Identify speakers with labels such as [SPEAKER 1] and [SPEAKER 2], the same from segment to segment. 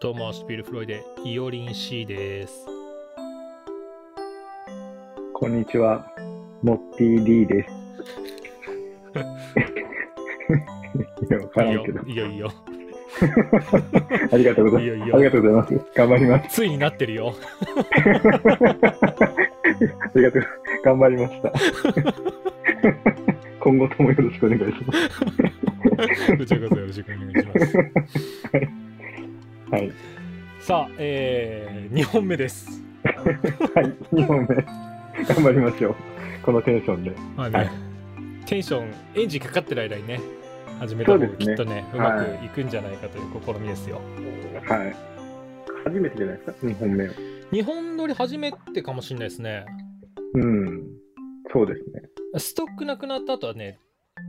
[SPEAKER 1] どうも、スピルフロイデ、イオリン C です。
[SPEAKER 2] こんにちは、モッティ D です。いや、わから
[SPEAKER 1] いい
[SPEAKER 2] ん
[SPEAKER 1] よ
[SPEAKER 2] けど、、
[SPEAKER 1] いいよ、いいよ。
[SPEAKER 2] ありがとうござい
[SPEAKER 1] いいよいい
[SPEAKER 2] ます。
[SPEAKER 1] よ
[SPEAKER 2] ありがとうございます。頑張ります。
[SPEAKER 1] ついになってるよ。
[SPEAKER 2] ありがとう。頑張り ました。今後ともよろしくお願いします。
[SPEAKER 1] こちらこそよろしくお願いします。
[SPEAKER 2] はい。
[SPEAKER 1] さあ、えー、2本目です。
[SPEAKER 2] はい、2本目。頑張りましょう。このテンションで。
[SPEAKER 1] まあ
[SPEAKER 2] は
[SPEAKER 1] ね
[SPEAKER 2] い、
[SPEAKER 1] テンション、エンジンかかってる間にね、始めた方が
[SPEAKER 2] そうで
[SPEAKER 1] き
[SPEAKER 2] すね
[SPEAKER 1] っとね、うまくいくんじゃないかという試みですよ。
[SPEAKER 2] はい。初めてじゃないですか、2本目を。
[SPEAKER 1] 日本撮り初めてかもしれないですね。
[SPEAKER 2] うん。そうですね。
[SPEAKER 1] ストックなくなった後はね、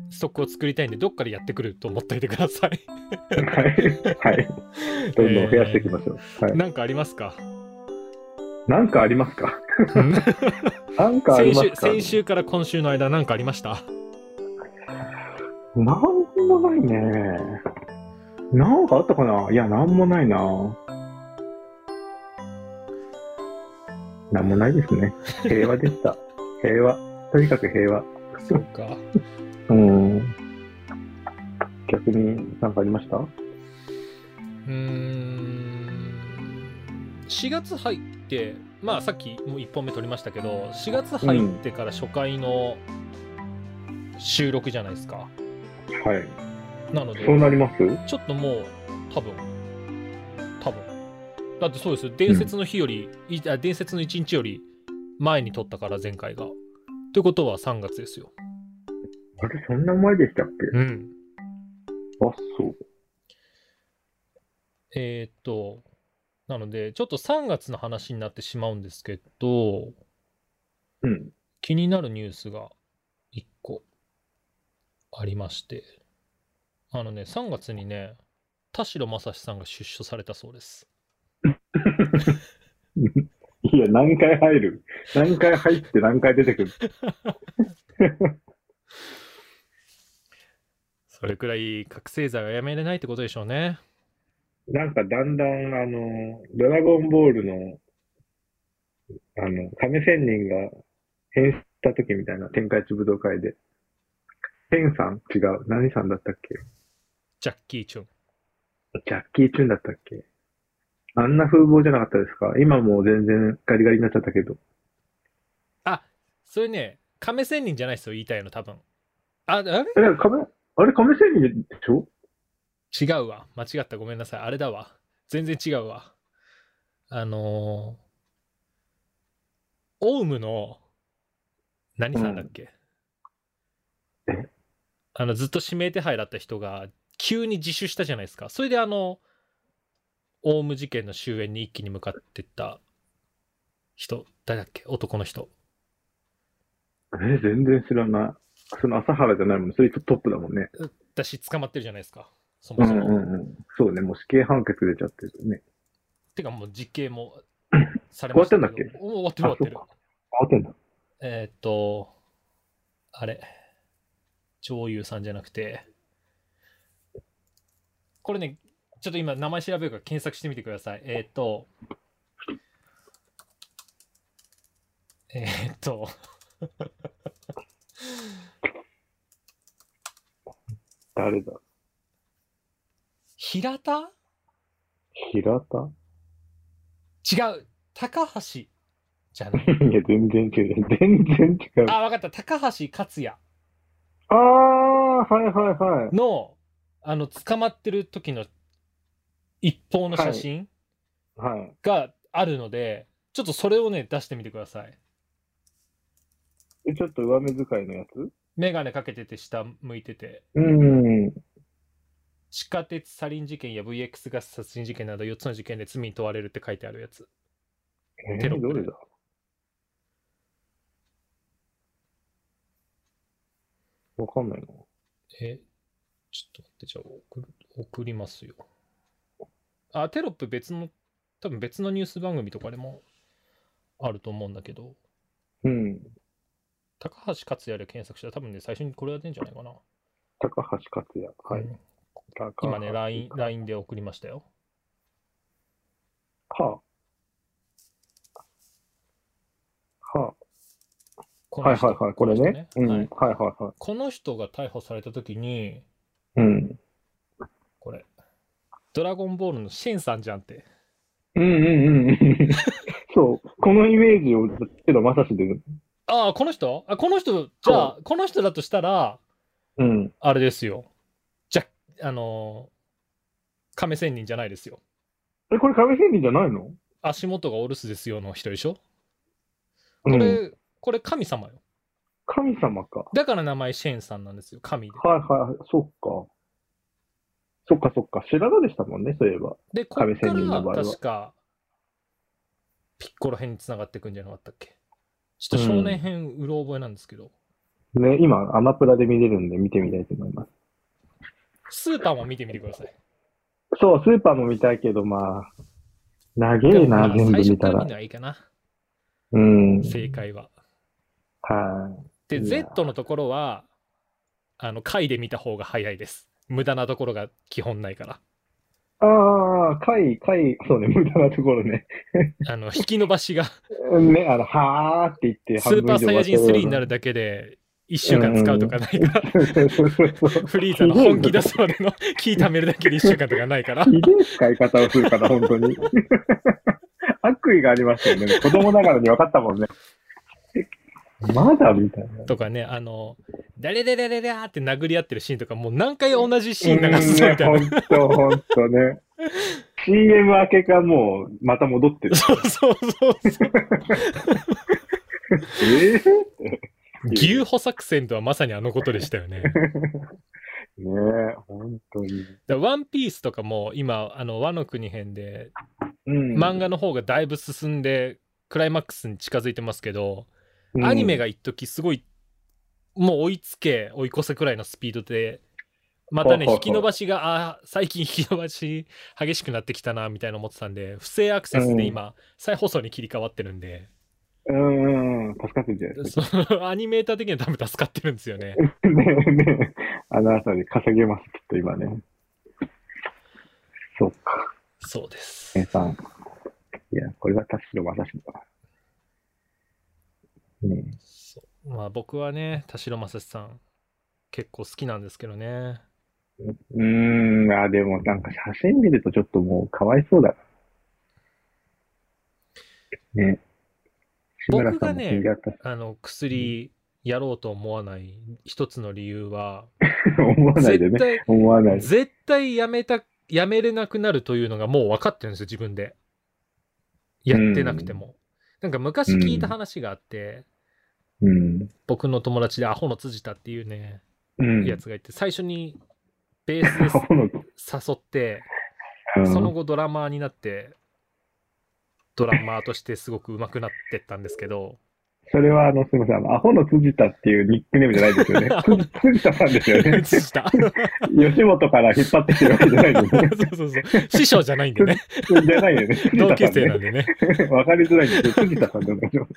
[SPEAKER 1] ストックを作りたいんで、どっかでやってくると思っておいてください。
[SPEAKER 2] はい。はい。どんどん増やしていきましょう。はい。
[SPEAKER 1] なんかあります か
[SPEAKER 2] なんかありますかなんかあり
[SPEAKER 1] 先週
[SPEAKER 2] ますか
[SPEAKER 1] 先週から今週の間何かありました
[SPEAKER 2] なんもないね。なんかあったかないや、なんもないな。なんもないですね。平和 でした。平和。とにかく平和。
[SPEAKER 1] そうか
[SPEAKER 2] うん。逆になんかありました
[SPEAKER 1] うーん4月入ってまあさっきもう1本目撮りましたけど4月入ってから初回の収録じゃないですか、
[SPEAKER 2] はい。
[SPEAKER 1] なので
[SPEAKER 2] そうなります
[SPEAKER 1] ちょっともう多分多分だってそうですよ伝説の日より、いあ伝説の1日より前に撮ったから前回がということは3月ですよ
[SPEAKER 2] あれ、そんな前でしたっけ
[SPEAKER 1] うん
[SPEAKER 2] あ、そう。
[SPEAKER 1] えーっと、なので、ちょっと3月の話になってしまうんですけど、
[SPEAKER 2] うん。
[SPEAKER 1] 気になるニュースが1個ありまして、あのね、3月にね、田代正史さんが出所されたそうです。
[SPEAKER 2] いや、何回入る何回入って何回出てくる
[SPEAKER 1] それくらい覚醒剤はやめれないってことでしょうね。
[SPEAKER 2] なんかだんだん、あの、ドラゴンボールの、あの、亀仙人が変身した時みたいな、天下一武道会で。天さん違う。何さんだったっけ
[SPEAKER 1] ジャッキー・チュン。
[SPEAKER 2] ジャッキー・チュンだったっけあんな風貌じゃなかったですか今もう全然ガリガリになっちゃったけど。
[SPEAKER 1] あ、それね、亀仙人じゃないですよ、言いたいの、多分。あ、あれ
[SPEAKER 2] え、亀、あれ亀仙人でしょ
[SPEAKER 1] 違うわ。間違った。ごめんなさい。あれだわ。全然違うわ。あのー、オウムの、何さんだっけ、
[SPEAKER 2] うんえ
[SPEAKER 1] あの、ずっと指名手配だった人が、急に自首したじゃないですか。それであの、オウム事件の終焉に一気に向かってった人、誰だっけ男の人。
[SPEAKER 2] え、全然知らない。その朝原じゃないもんね。それトップだもんね。
[SPEAKER 1] 私捕まってるじゃないですか。そも
[SPEAKER 2] うん
[SPEAKER 1] そうも。
[SPEAKER 2] んうん。そうね。もう死刑判決出ちゃってるね。
[SPEAKER 1] てかもう実刑もされました
[SPEAKER 2] 終わってんだっ
[SPEAKER 1] けどお終わってる終わってる
[SPEAKER 2] あ。あてんだ。
[SPEAKER 1] えーっと、あれ、女優さんじゃなくて、これね、ちょっと今名前調べるから検索してみてください。えーっと、えーっと、
[SPEAKER 2] 誰だ
[SPEAKER 1] 平田
[SPEAKER 2] 平田
[SPEAKER 1] 違う、高橋じゃない。
[SPEAKER 2] いや、全然違う。全然違う。あ
[SPEAKER 1] あ、わかった、高橋克也
[SPEAKER 2] あー、はいはいはい。
[SPEAKER 1] の、あの、捕まってる時の一方の写真
[SPEAKER 2] はい。
[SPEAKER 1] があるので、ちょっとそれをね、出してみてください。
[SPEAKER 2] え、ちょっと上目遣いのやつ
[SPEAKER 1] メガネかけてて下向いてて
[SPEAKER 2] うん。
[SPEAKER 1] 地下鉄サリン事件や VX ガス殺人事件など4つの事件で罪に問われるって書いてあるやつ
[SPEAKER 2] え
[SPEAKER 1] テロッ
[SPEAKER 2] ー、
[SPEAKER 1] プ
[SPEAKER 2] ど
[SPEAKER 1] で
[SPEAKER 2] れだわかんないな。
[SPEAKER 1] えちょっと待ってじゃあ送る送りますよあテロップ別の多分別のニュース番組とかでもあると思うんだけど
[SPEAKER 2] うん。
[SPEAKER 1] 高橋克也で検索したら多分ね最初にこれが出るんじゃないかな、
[SPEAKER 2] 高橋克也。は
[SPEAKER 1] う
[SPEAKER 2] い。
[SPEAKER 1] ん
[SPEAKER 2] 高橋
[SPEAKER 1] 今ね LINE。LINE で送りましたよ
[SPEAKER 2] はあ。はあ。
[SPEAKER 1] こ
[SPEAKER 2] は
[SPEAKER 1] の
[SPEAKER 2] い
[SPEAKER 1] 人
[SPEAKER 2] はいはい。これね。
[SPEAKER 1] この人
[SPEAKER 2] うん。は
[SPEAKER 1] はいい
[SPEAKER 2] はいは
[SPEAKER 1] この人が逮捕された時に、
[SPEAKER 2] い。うん。
[SPEAKER 1] これ、ドラゴンボールのシンさんじゃんって。
[SPEAKER 2] うんうん うん。そう。このイメージを、けど、まさしで。
[SPEAKER 1] ああ、この人あ、この人、じゃあ、この人だとしたら、
[SPEAKER 2] うん。
[SPEAKER 1] あれですよ。じゃ、あのー亀仙人じゃないですよ。
[SPEAKER 2] え、これ亀仙人じゃないの
[SPEAKER 1] 足元がお留守ですよの人でしょ
[SPEAKER 2] う
[SPEAKER 1] これ、
[SPEAKER 2] ん。
[SPEAKER 1] これ神様よ。
[SPEAKER 2] 神様か。
[SPEAKER 1] だから名前シェンさんなんですよ。神で。
[SPEAKER 2] はいはい、そっか。そっかそっか。白髪でしたもんね、そういえば。
[SPEAKER 1] で、こっか
[SPEAKER 2] 神仙人の場合
[SPEAKER 1] ら
[SPEAKER 2] は
[SPEAKER 1] 確か、ピッコロ編に繋がっていくんじゃなかったっけちょっと少年編、うろ覚えなんですけど、
[SPEAKER 2] ね、今、アマプラで見れるんで見てみたいと思います。
[SPEAKER 1] スーパーも見てみてください。
[SPEAKER 2] そう、スーパーも見たいけど、まあ、長
[SPEAKER 1] でも
[SPEAKER 2] えな、全
[SPEAKER 1] まあ
[SPEAKER 2] 部
[SPEAKER 1] 最初
[SPEAKER 2] 見
[SPEAKER 1] か
[SPEAKER 2] た
[SPEAKER 1] ら見
[SPEAKER 2] ら
[SPEAKER 1] る。のはいいかな。
[SPEAKER 2] うん。
[SPEAKER 1] 正解は。
[SPEAKER 2] は
[SPEAKER 1] で、
[SPEAKER 2] いや
[SPEAKER 1] Z のところは、あの、回で見た方が早いです。無駄なところが基本ないから。
[SPEAKER 2] い。ああ、回、回、そうね、無駄なところね。
[SPEAKER 1] あ の、引き伸ばしが、
[SPEAKER 2] ね、あの、はーって言って、
[SPEAKER 1] スーパーサイヤ人3にな
[SPEAKER 2] る。
[SPEAKER 1] るだけで、1週間使うとかないから、
[SPEAKER 2] そうそうそうそう。
[SPEAKER 1] フリーザの本気出すまでの聞いためるだけで1週間とかないから
[SPEAKER 2] ひ、でえ使い方をするから、本当 に。悪意がありますよね。子供ながらに分かったもんね。まだみたいな。
[SPEAKER 1] とかね、あの、ダレレレレレーって殴り合ってるシーンとか、もう何回同じシーン流すぞみたいな。
[SPEAKER 2] うんね、ほんと、ほんとね。CM 明けかもう、また戻ってる。
[SPEAKER 1] そうそうそうそう。
[SPEAKER 2] えー
[SPEAKER 1] 牛歩作戦とはまさにあのことでしたよね。
[SPEAKER 2] ねえ、ほんとに。
[SPEAKER 1] だワンピースとかも今、あの、和の国編で、
[SPEAKER 2] うん
[SPEAKER 1] 漫画の方がだいぶ進んで、クライマックスに近づいてますけど、アニメ
[SPEAKER 2] が、
[SPEAKER 1] が一時すごい、もう追いつけ、追い越せくらいのスピードで、またね、
[SPEAKER 2] ほうほうほう
[SPEAKER 1] 引き伸ばしが、あー最近引き伸ばし激しくなってきたな、みたいな思ってたんで、不正アクセスで今、再放送に切り替わってるんで、
[SPEAKER 2] うん、うん、助かってるじゃないです
[SPEAKER 1] そのアニメーター的には多分助かってるんですよね。
[SPEAKER 2] か。ねえ、ねえ、あの朝で稼げます、きっと今ね。そっか。
[SPEAKER 1] そうです
[SPEAKER 2] 姉。さん。いや、これは田代正史だな。ねえ
[SPEAKER 1] そうまあ僕はね、田代正史さん、結構好きなんですけどね。
[SPEAKER 2] うーん、あ、でもなんか写真見るとちょっともうかわいそうだな。ね。志村さんも死んじゃった。
[SPEAKER 1] あの、薬やろうと思わない一つの理由は、
[SPEAKER 2] 思わないで
[SPEAKER 1] 絶
[SPEAKER 2] ね。
[SPEAKER 1] 対、
[SPEAKER 2] 思わない。
[SPEAKER 1] 絶対やめた、やめれなくなるというのがもう分かってるんですよ、自分で。やってなくても。なんか昔聞いた話があって、
[SPEAKER 2] うん。
[SPEAKER 1] 僕の友達でアホの辻田っていうね、
[SPEAKER 2] うん。
[SPEAKER 1] やつがいて、最初にベースで
[SPEAKER 2] アホの
[SPEAKER 1] 誘って、
[SPEAKER 2] うん
[SPEAKER 1] その後ドラマーになって、ドラマーとしてすごく上手くなってったんですけ ど、
[SPEAKER 2] それはあの、すみません、あの、アホの辻田っていうニックネームじゃないです よね
[SPEAKER 1] アホの。
[SPEAKER 2] 辻田さんですよ ね。
[SPEAKER 1] 辻 田
[SPEAKER 2] 吉本から引っ張ってきてるわけじゃないです よね。
[SPEAKER 1] そうそうそう。師匠じゃないんでね。
[SPEAKER 2] じゃないよね。辻
[SPEAKER 1] 同
[SPEAKER 2] 田
[SPEAKER 1] 級
[SPEAKER 2] さん
[SPEAKER 1] 生
[SPEAKER 2] ね
[SPEAKER 1] なん。でね。
[SPEAKER 2] わかりづらいんですよ。辻田さんでお願いしま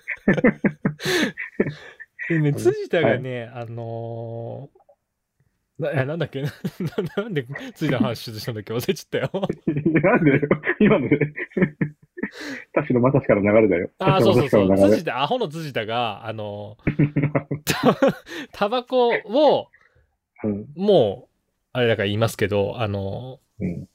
[SPEAKER 2] す。
[SPEAKER 1] でね、辻田がね、あのーな、なんだっけな ななんで辻田の話したんだっけ忘れち ゃったよ。
[SPEAKER 2] なんでよ、今ので。 田代正史から流れだよ。
[SPEAKER 1] ああ、そうそうそう。
[SPEAKER 2] 田代正
[SPEAKER 1] 辻
[SPEAKER 2] 史
[SPEAKER 1] 田、アホの辻田が、あのー たタバコを、
[SPEAKER 2] から流れ。
[SPEAKER 1] もう、あれだから言いますけど、あのー
[SPEAKER 2] うん。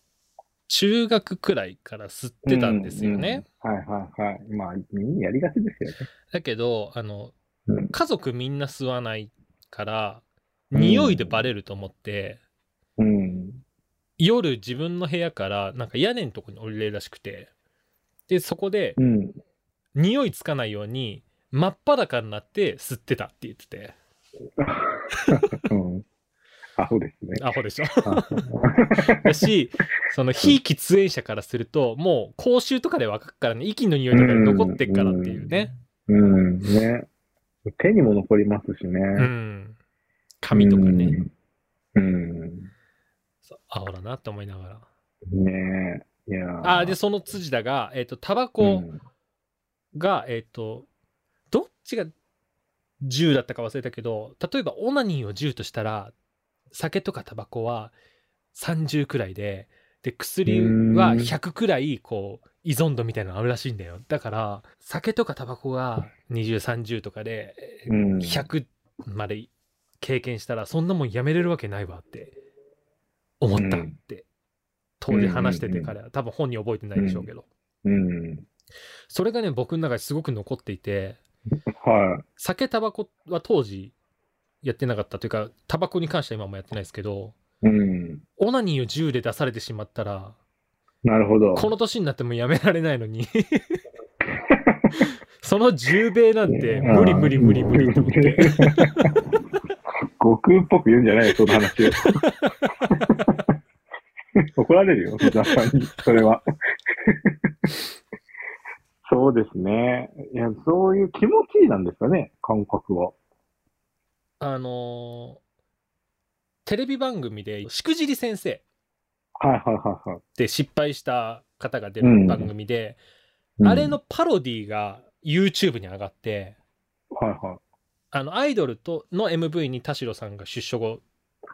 [SPEAKER 1] 中学くらいから吸ってたんですよね。
[SPEAKER 2] うん。うんはいはいはい。まあ、みんなやりがちですよね。
[SPEAKER 1] だけど、あの、
[SPEAKER 2] うん
[SPEAKER 1] 家族みんな吸わないから、
[SPEAKER 2] うん
[SPEAKER 1] 匂いでバレると思って、
[SPEAKER 2] うん。
[SPEAKER 1] 夜自分の部屋から、なんか屋根のとこに降りれるらしくて、で、そこで、
[SPEAKER 2] うん。
[SPEAKER 1] 匂いつかないように、真っ裸になって吸ってたって言ってて、
[SPEAKER 2] うん。 アホですね。
[SPEAKER 1] アホでしょ。
[SPEAKER 2] あ
[SPEAKER 1] だし、その非喫煙者からすると、もう口臭とかでわかるからね、息の匂いとかで残ってっからっていうね。
[SPEAKER 2] うん。ね。手にも残りますし
[SPEAKER 1] う
[SPEAKER 2] ね。
[SPEAKER 1] ん。髪とかね、
[SPEAKER 2] うん。
[SPEAKER 1] そうアホだなって思いながら。
[SPEAKER 2] うん。ねえ。いやー
[SPEAKER 1] ああ、で、その辻田が、えっ、と、タバコ、
[SPEAKER 2] うん
[SPEAKER 1] が、えっ、と、どっちが10だったか忘れたけど、例えばオナニーを10としたら、酒とかタバコは30くらいで、で、薬は
[SPEAKER 2] うーん
[SPEAKER 1] 100くらい、こう、依存度みたいなのあるらしいんだよ。だから、酒とかタバコが20、30とかで、
[SPEAKER 2] うん。
[SPEAKER 1] 100まで経験したら、そんなもんやめれるわけないわって思ったって、当時話してて彼は、多分本に覚えてないでしょうけど。
[SPEAKER 2] うん。
[SPEAKER 1] それがね、僕の中ですごく残っていて、
[SPEAKER 2] は
[SPEAKER 1] 酒、タバコは当時やってなかったというか、タバコに関しては今もやってないですけど、
[SPEAKER 2] い。うん。
[SPEAKER 1] オナニーを銃で出されてしまったら、
[SPEAKER 2] なるほど。
[SPEAKER 1] この年になってもやめられないの に。その10米なんて
[SPEAKER 2] うん
[SPEAKER 1] 無理無理無理無理と思って。。
[SPEAKER 2] 悟空っぽく言うんじゃないよ、その 話を。怒られるよ、ジャパンに、それは。 そうですね。いや、そういう気持ちいいなんですかね、感覚は。
[SPEAKER 1] あのーテレビ番組で、しくじり先生
[SPEAKER 2] はいはいはいはい。
[SPEAKER 1] で失敗した方が出る番組で、
[SPEAKER 2] うん
[SPEAKER 1] あれ。のパロディが YouTube に上がって、
[SPEAKER 2] はいは
[SPEAKER 1] あの、アイドルとの MV に田代さんが出所後、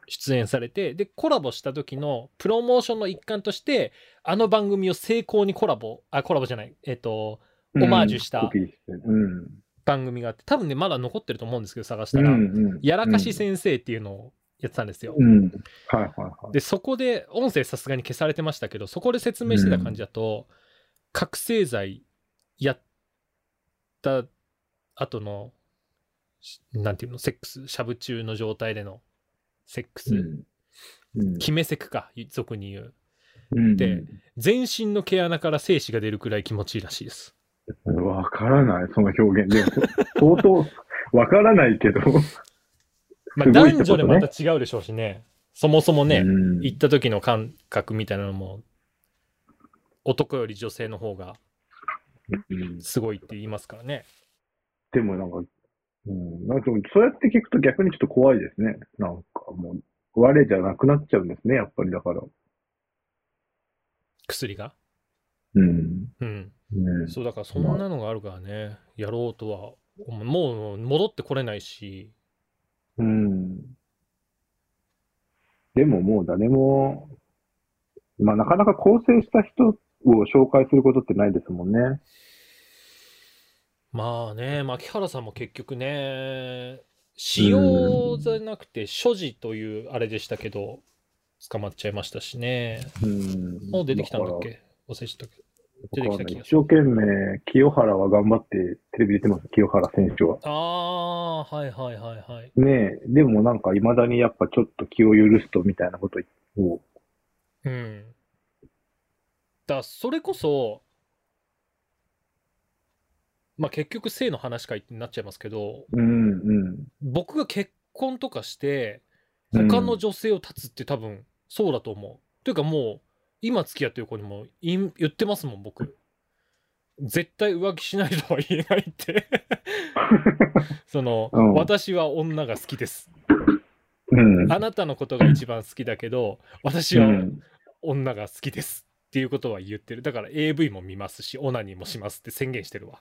[SPEAKER 1] 出演されて、で、コラボした時のプロモーションの一環として、あの番組を成功にコラボ、あ、コラボじゃない、えっ、と、
[SPEAKER 2] い。
[SPEAKER 1] オマージュした
[SPEAKER 2] うんコピーしてうん。
[SPEAKER 1] 番組があって多分ねまだ残ってると思うんですけど探した
[SPEAKER 2] う
[SPEAKER 1] ら、
[SPEAKER 2] んうん
[SPEAKER 1] やらかし先生っていうのをやってたんですよ、
[SPEAKER 2] うん。はいはいはい。
[SPEAKER 1] でそこで音声さすがに消されてましたけどそこで説明してた感じだと、覚醒剤やった後のしなんていうのセックスしゃぶ中の状態でのセックス、
[SPEAKER 2] うん
[SPEAKER 1] 決めセクか俗に言う
[SPEAKER 2] うん。
[SPEAKER 1] で全身の毛穴から精子が出るくらい気持ちいいらしいです
[SPEAKER 2] わからない、その表現。でも、相当、わからないけど。
[SPEAKER 1] まあ
[SPEAKER 2] すごい
[SPEAKER 1] 男
[SPEAKER 2] ってことね
[SPEAKER 1] 女でまた違うでしょうしねそもそもね、
[SPEAKER 2] うん
[SPEAKER 1] 行った時の感覚みたいなのも男より女性の方が
[SPEAKER 2] うん
[SPEAKER 1] すごいって言いますからね
[SPEAKER 2] でもなんか、うん、なんかでもそうやって聞くと逆にちょっと怖いですね。なんかもう、我じゃなくなっちゃうんですね、やっぱりだから。
[SPEAKER 1] 薬が
[SPEAKER 2] うん。
[SPEAKER 1] うん
[SPEAKER 2] ね
[SPEAKER 1] そうだからそんなのがあるからねやろうとは思うもう戻ってこれないし
[SPEAKER 2] うん。でももう誰も、まあなかなか構成した人を紹介することってないですもんね。
[SPEAKER 1] まあね牧原さんも結局ね使用じゃなくて所持というあれでしたけど捕まっちゃいましたしね
[SPEAKER 2] うん。
[SPEAKER 1] もう出てきたんだっけ忘れちゃったけど出てきた気がす
[SPEAKER 2] 一生懸命、清原は頑張ってテレビ出てます、清原選手は。
[SPEAKER 1] ああーはいはいはいはい
[SPEAKER 2] ねえ、でもなんか未だにやっぱちょっと気を許すとみたいなことを。
[SPEAKER 1] うん。だそれこそ、まあ結局性の話かいってなっちゃいますけど、
[SPEAKER 2] うんうん。
[SPEAKER 1] 僕が結婚とかして、
[SPEAKER 2] うん
[SPEAKER 1] 他の女性を立つって多分そうだと思う。というかもう、今付き合ってる子にもい言ってますもん、僕。絶対浮気しないとは言えない って。その、
[SPEAKER 2] うん
[SPEAKER 1] 私は女が好きです。
[SPEAKER 2] うん。
[SPEAKER 1] あなたのことが一番好きだけど、私
[SPEAKER 2] う
[SPEAKER 1] は
[SPEAKER 2] ん、
[SPEAKER 1] 女が好きですっていうことは言ってるだから AV も見ますしオナニーもしますって宣言してるわ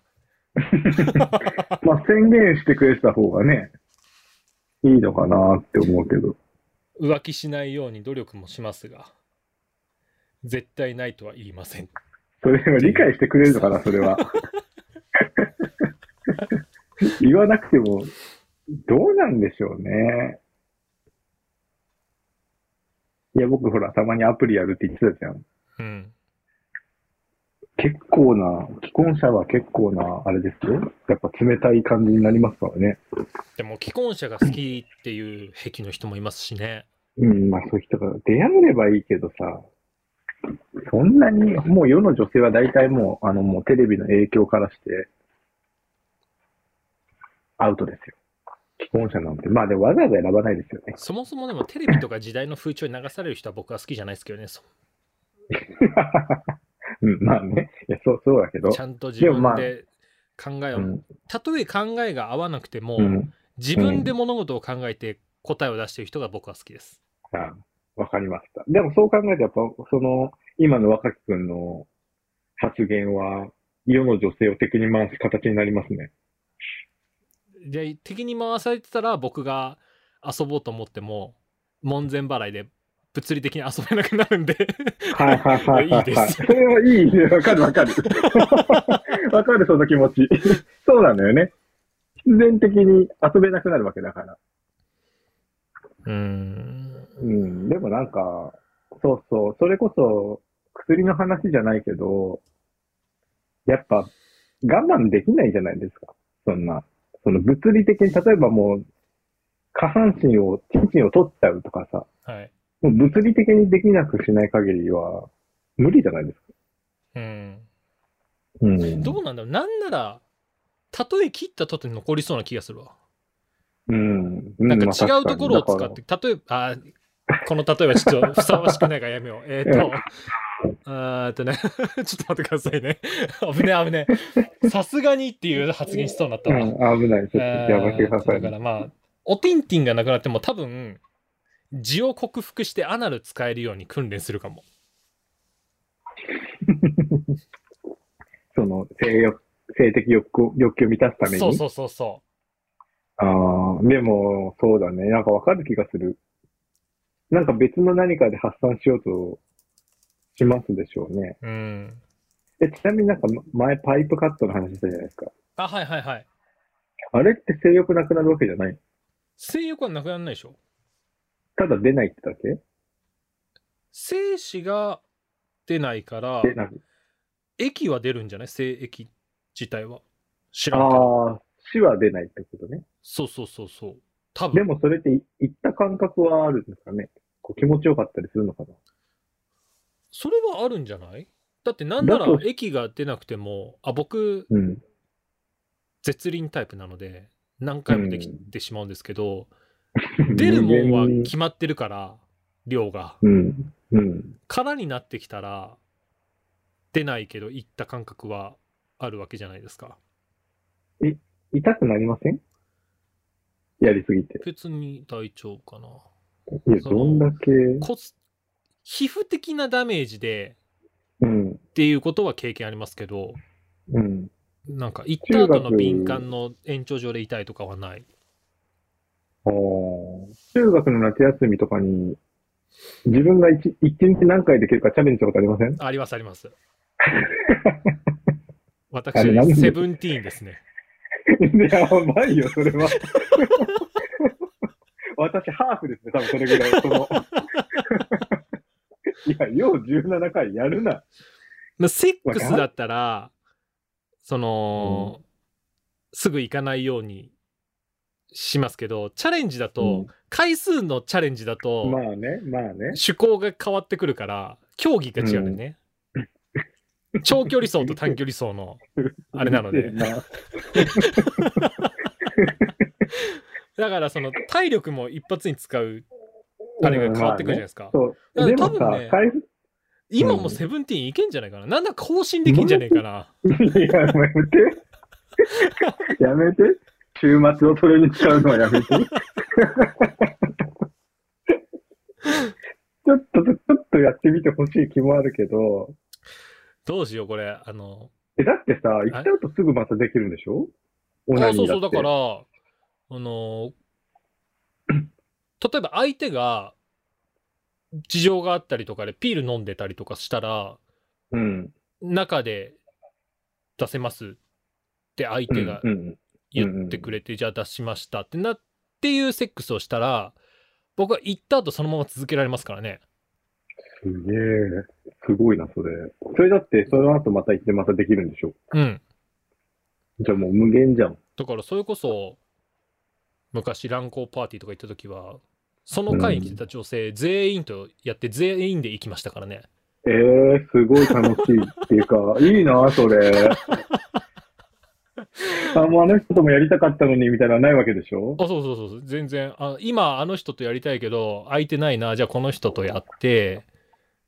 [SPEAKER 2] まあ宣言してくれてた方がね、いいのかなって思うけど。
[SPEAKER 1] 浮気しないように努力もしますが絶対ないとは言いません
[SPEAKER 2] それは理解してくれる のかな、それは。 言わなくても、どうなんでしょうね。いや、僕ほら、たまにアプリやるって言ってたじゃん。
[SPEAKER 1] うん
[SPEAKER 2] 結構な、既婚者は結構な、あれですよ。やっぱ冷たい感じになりますからね。
[SPEAKER 1] でも既婚者が好きっていう癖の人もいますしね
[SPEAKER 2] うん、まあそういう人が出会えればいいけどさ、そんなに、もう世の女性は大体もう、あの、もうテレビの影響からして、アウトですよ。既婚者なんて。まあでもわざわざ選ばないですよね。
[SPEAKER 1] そもそもでもテレビとか時代の風潮に流される人は僕は好きじゃないですけどねそ
[SPEAKER 2] うん、まあね。いや、そう、そうだけど。
[SPEAKER 1] ちゃんと自
[SPEAKER 2] でもま
[SPEAKER 1] 分
[SPEAKER 2] あ
[SPEAKER 1] で考えを、
[SPEAKER 2] うん、
[SPEAKER 1] たとえ考えが合わなくても、
[SPEAKER 2] うん。
[SPEAKER 1] 自分で物事を考えて答えを出してる人が僕は好きです
[SPEAKER 2] あわかりました。でもそう考えると、やっぱ、その、今の若木くんの発言は、世の女性を敵に回す形になりますね。
[SPEAKER 1] で敵に回されてたら僕が遊ぼうと思っても門前払いで物理的に遊べなくなるんで
[SPEAKER 2] はいはいはいはい
[SPEAKER 1] いい
[SPEAKER 2] は
[SPEAKER 1] で
[SPEAKER 2] い。
[SPEAKER 1] す
[SPEAKER 2] それはいいね。わかるわかる。わかる、その気持ち。そうなのよね。必然的に遊べなくなるわけだから。
[SPEAKER 1] うーん
[SPEAKER 2] うん。でもなんか、そうそう。それこそ、薬の話じゃないけど、やっぱ、我慢できないじゃないですか。そんな。その物理的に、例えばもう、下半身を、チンチンを取っちゃうとかさ、
[SPEAKER 1] はい
[SPEAKER 2] もう物理的にできなくしない限りは、無理じゃないですか。
[SPEAKER 1] うん
[SPEAKER 2] うん。
[SPEAKER 1] どうなんだろうなんならたとえ切ったとて残りそうな気がするわ
[SPEAKER 2] うん。
[SPEAKER 1] なんか
[SPEAKER 2] まあ
[SPEAKER 1] 違うところを使っ。て、例えば、あーこの例えばちょっと ふさわしくないからやめよう。えっと、あーっとね、ち ょっと待ってくださいね。危ね危ね。さすがにっていう発言しそうになった
[SPEAKER 2] 確
[SPEAKER 1] わ。
[SPEAKER 2] かにだからうん、危ない。ちょっとやばしてくださ
[SPEAKER 1] えー
[SPEAKER 2] い
[SPEAKER 1] だか
[SPEAKER 2] ね。
[SPEAKER 1] らまあ、おティンティンがなくなっても多分、字を克服してアナル使えるように訓練するかも。
[SPEAKER 2] その、性欲、性的欲求欲求を満たすために。
[SPEAKER 1] そうそうそうそ
[SPEAKER 2] ああ、でも、そうだね。なんかわかる気がする。なんか別の何かで発散しようとしますでしょうね。
[SPEAKER 1] う。うん。
[SPEAKER 2] え、ちなみになんか前パイプカットの話したじゃないですか。
[SPEAKER 1] あ、はいはいはい。
[SPEAKER 2] あれって性欲なくなるわけじゃない
[SPEAKER 1] 性欲はなくならないでしょ。
[SPEAKER 2] ただ出ないってだけ
[SPEAKER 1] 精子が出ないから、
[SPEAKER 2] 出ない。
[SPEAKER 1] 液は出るんじゃない精液自体は。知らんけど。
[SPEAKER 2] ああ、死は出ないってことね。
[SPEAKER 1] そうそうそうそう。多
[SPEAKER 2] で
[SPEAKER 1] 分。
[SPEAKER 2] もそれってい言った感覚はあるんですかね。こう気持ちよかったりするのかな。
[SPEAKER 1] それはあるんじゃないだってなんなら
[SPEAKER 2] だと
[SPEAKER 1] 液が出なくても、あ、僕、
[SPEAKER 2] うん。
[SPEAKER 1] 絶輪タイプなので、何回もできてしまうんですけど、 出
[SPEAKER 2] 出
[SPEAKER 1] るもんは決まってるから、量が。
[SPEAKER 2] うん。うん。
[SPEAKER 1] 空になってきたら、出ないけど、いった感覚はあるわけじゃないですか。
[SPEAKER 2] 痛くなりませんやりすぎて。
[SPEAKER 1] 別に大丈夫かな。
[SPEAKER 2] いや、
[SPEAKER 1] その
[SPEAKER 2] どんだけ。
[SPEAKER 1] 骨皮膚的なダメージで
[SPEAKER 2] うん。
[SPEAKER 1] っていうことは経験ありますけど、
[SPEAKER 2] うん。
[SPEAKER 1] なんか行った後の敏感の延長上で痛いとかはない。
[SPEAKER 2] あー中学の夏休みとかに、自分が一一日何回できるかチャレンジしたことありません
[SPEAKER 1] ありますあり ます。
[SPEAKER 2] あれ何
[SPEAKER 1] 私、セブンティーンですね。
[SPEAKER 2] いややばいよ、それは。 私、ハーフですね、多分それぐらい。その いや、よう17回やるな。
[SPEAKER 1] まあセックスだったら、その、すぐ行かないようにしますけど、チャレンジだと、
[SPEAKER 2] うん
[SPEAKER 1] 回数のチャレンジだと、
[SPEAKER 2] まあね、まあね。
[SPEAKER 1] 趣向が変わってくるから、競技が違うんだよね。長距離走と短距離走の、あれなので
[SPEAKER 2] うるせえな
[SPEAKER 1] だからその体力も一発に使う、あれが変わってくるじゃないですか。
[SPEAKER 2] そう。
[SPEAKER 1] だから
[SPEAKER 2] でも
[SPEAKER 1] 多
[SPEAKER 2] さ、
[SPEAKER 1] 分ね
[SPEAKER 2] 回
[SPEAKER 1] 今もセブンティーンいけんじゃないかな。なんだか更新できんじゃねえかな。
[SPEAKER 2] いや、もうやめて。やめて。週末をそれに使うのは やめて。ちょっと、ちょっとやってみてほしい気もあるけど、
[SPEAKER 1] どうしよう、これ。あの、
[SPEAKER 2] え、だってさ、行っちゃうとすぐまたできるんでしょオナ
[SPEAKER 1] あ
[SPEAKER 2] ニ
[SPEAKER 1] そ
[SPEAKER 2] ー
[SPEAKER 1] うそう、だ
[SPEAKER 2] だって
[SPEAKER 1] から、あの、例えば相手が事情があったりとかでピール飲んでたりとかしたら、
[SPEAKER 2] うん。
[SPEAKER 1] 中で出せますって相手が
[SPEAKER 2] うんうん
[SPEAKER 1] 言ってくれて、じゃあ出しましたってなっていうセックスをしたら、僕は行った後そのまま続けられますからね。
[SPEAKER 2] すげえ。すごいな、それ。それだって、その後また行ってまたできるんでしょ
[SPEAKER 1] うん。
[SPEAKER 2] じゃあもう無限じゃん。
[SPEAKER 1] だからそれこそ昔乱交パーティーとか行った時はその会に来てた女性全員とやって全員で行きましたからね
[SPEAKER 2] ええすごい楽しいって いうか、いいな、それ。あ、もうあの人ともやりたかったのにみたいなのはないわけでしょ
[SPEAKER 1] あそうそうそうそう全然あ今あの人とやりたいけど空いてないなじゃあこの人とやって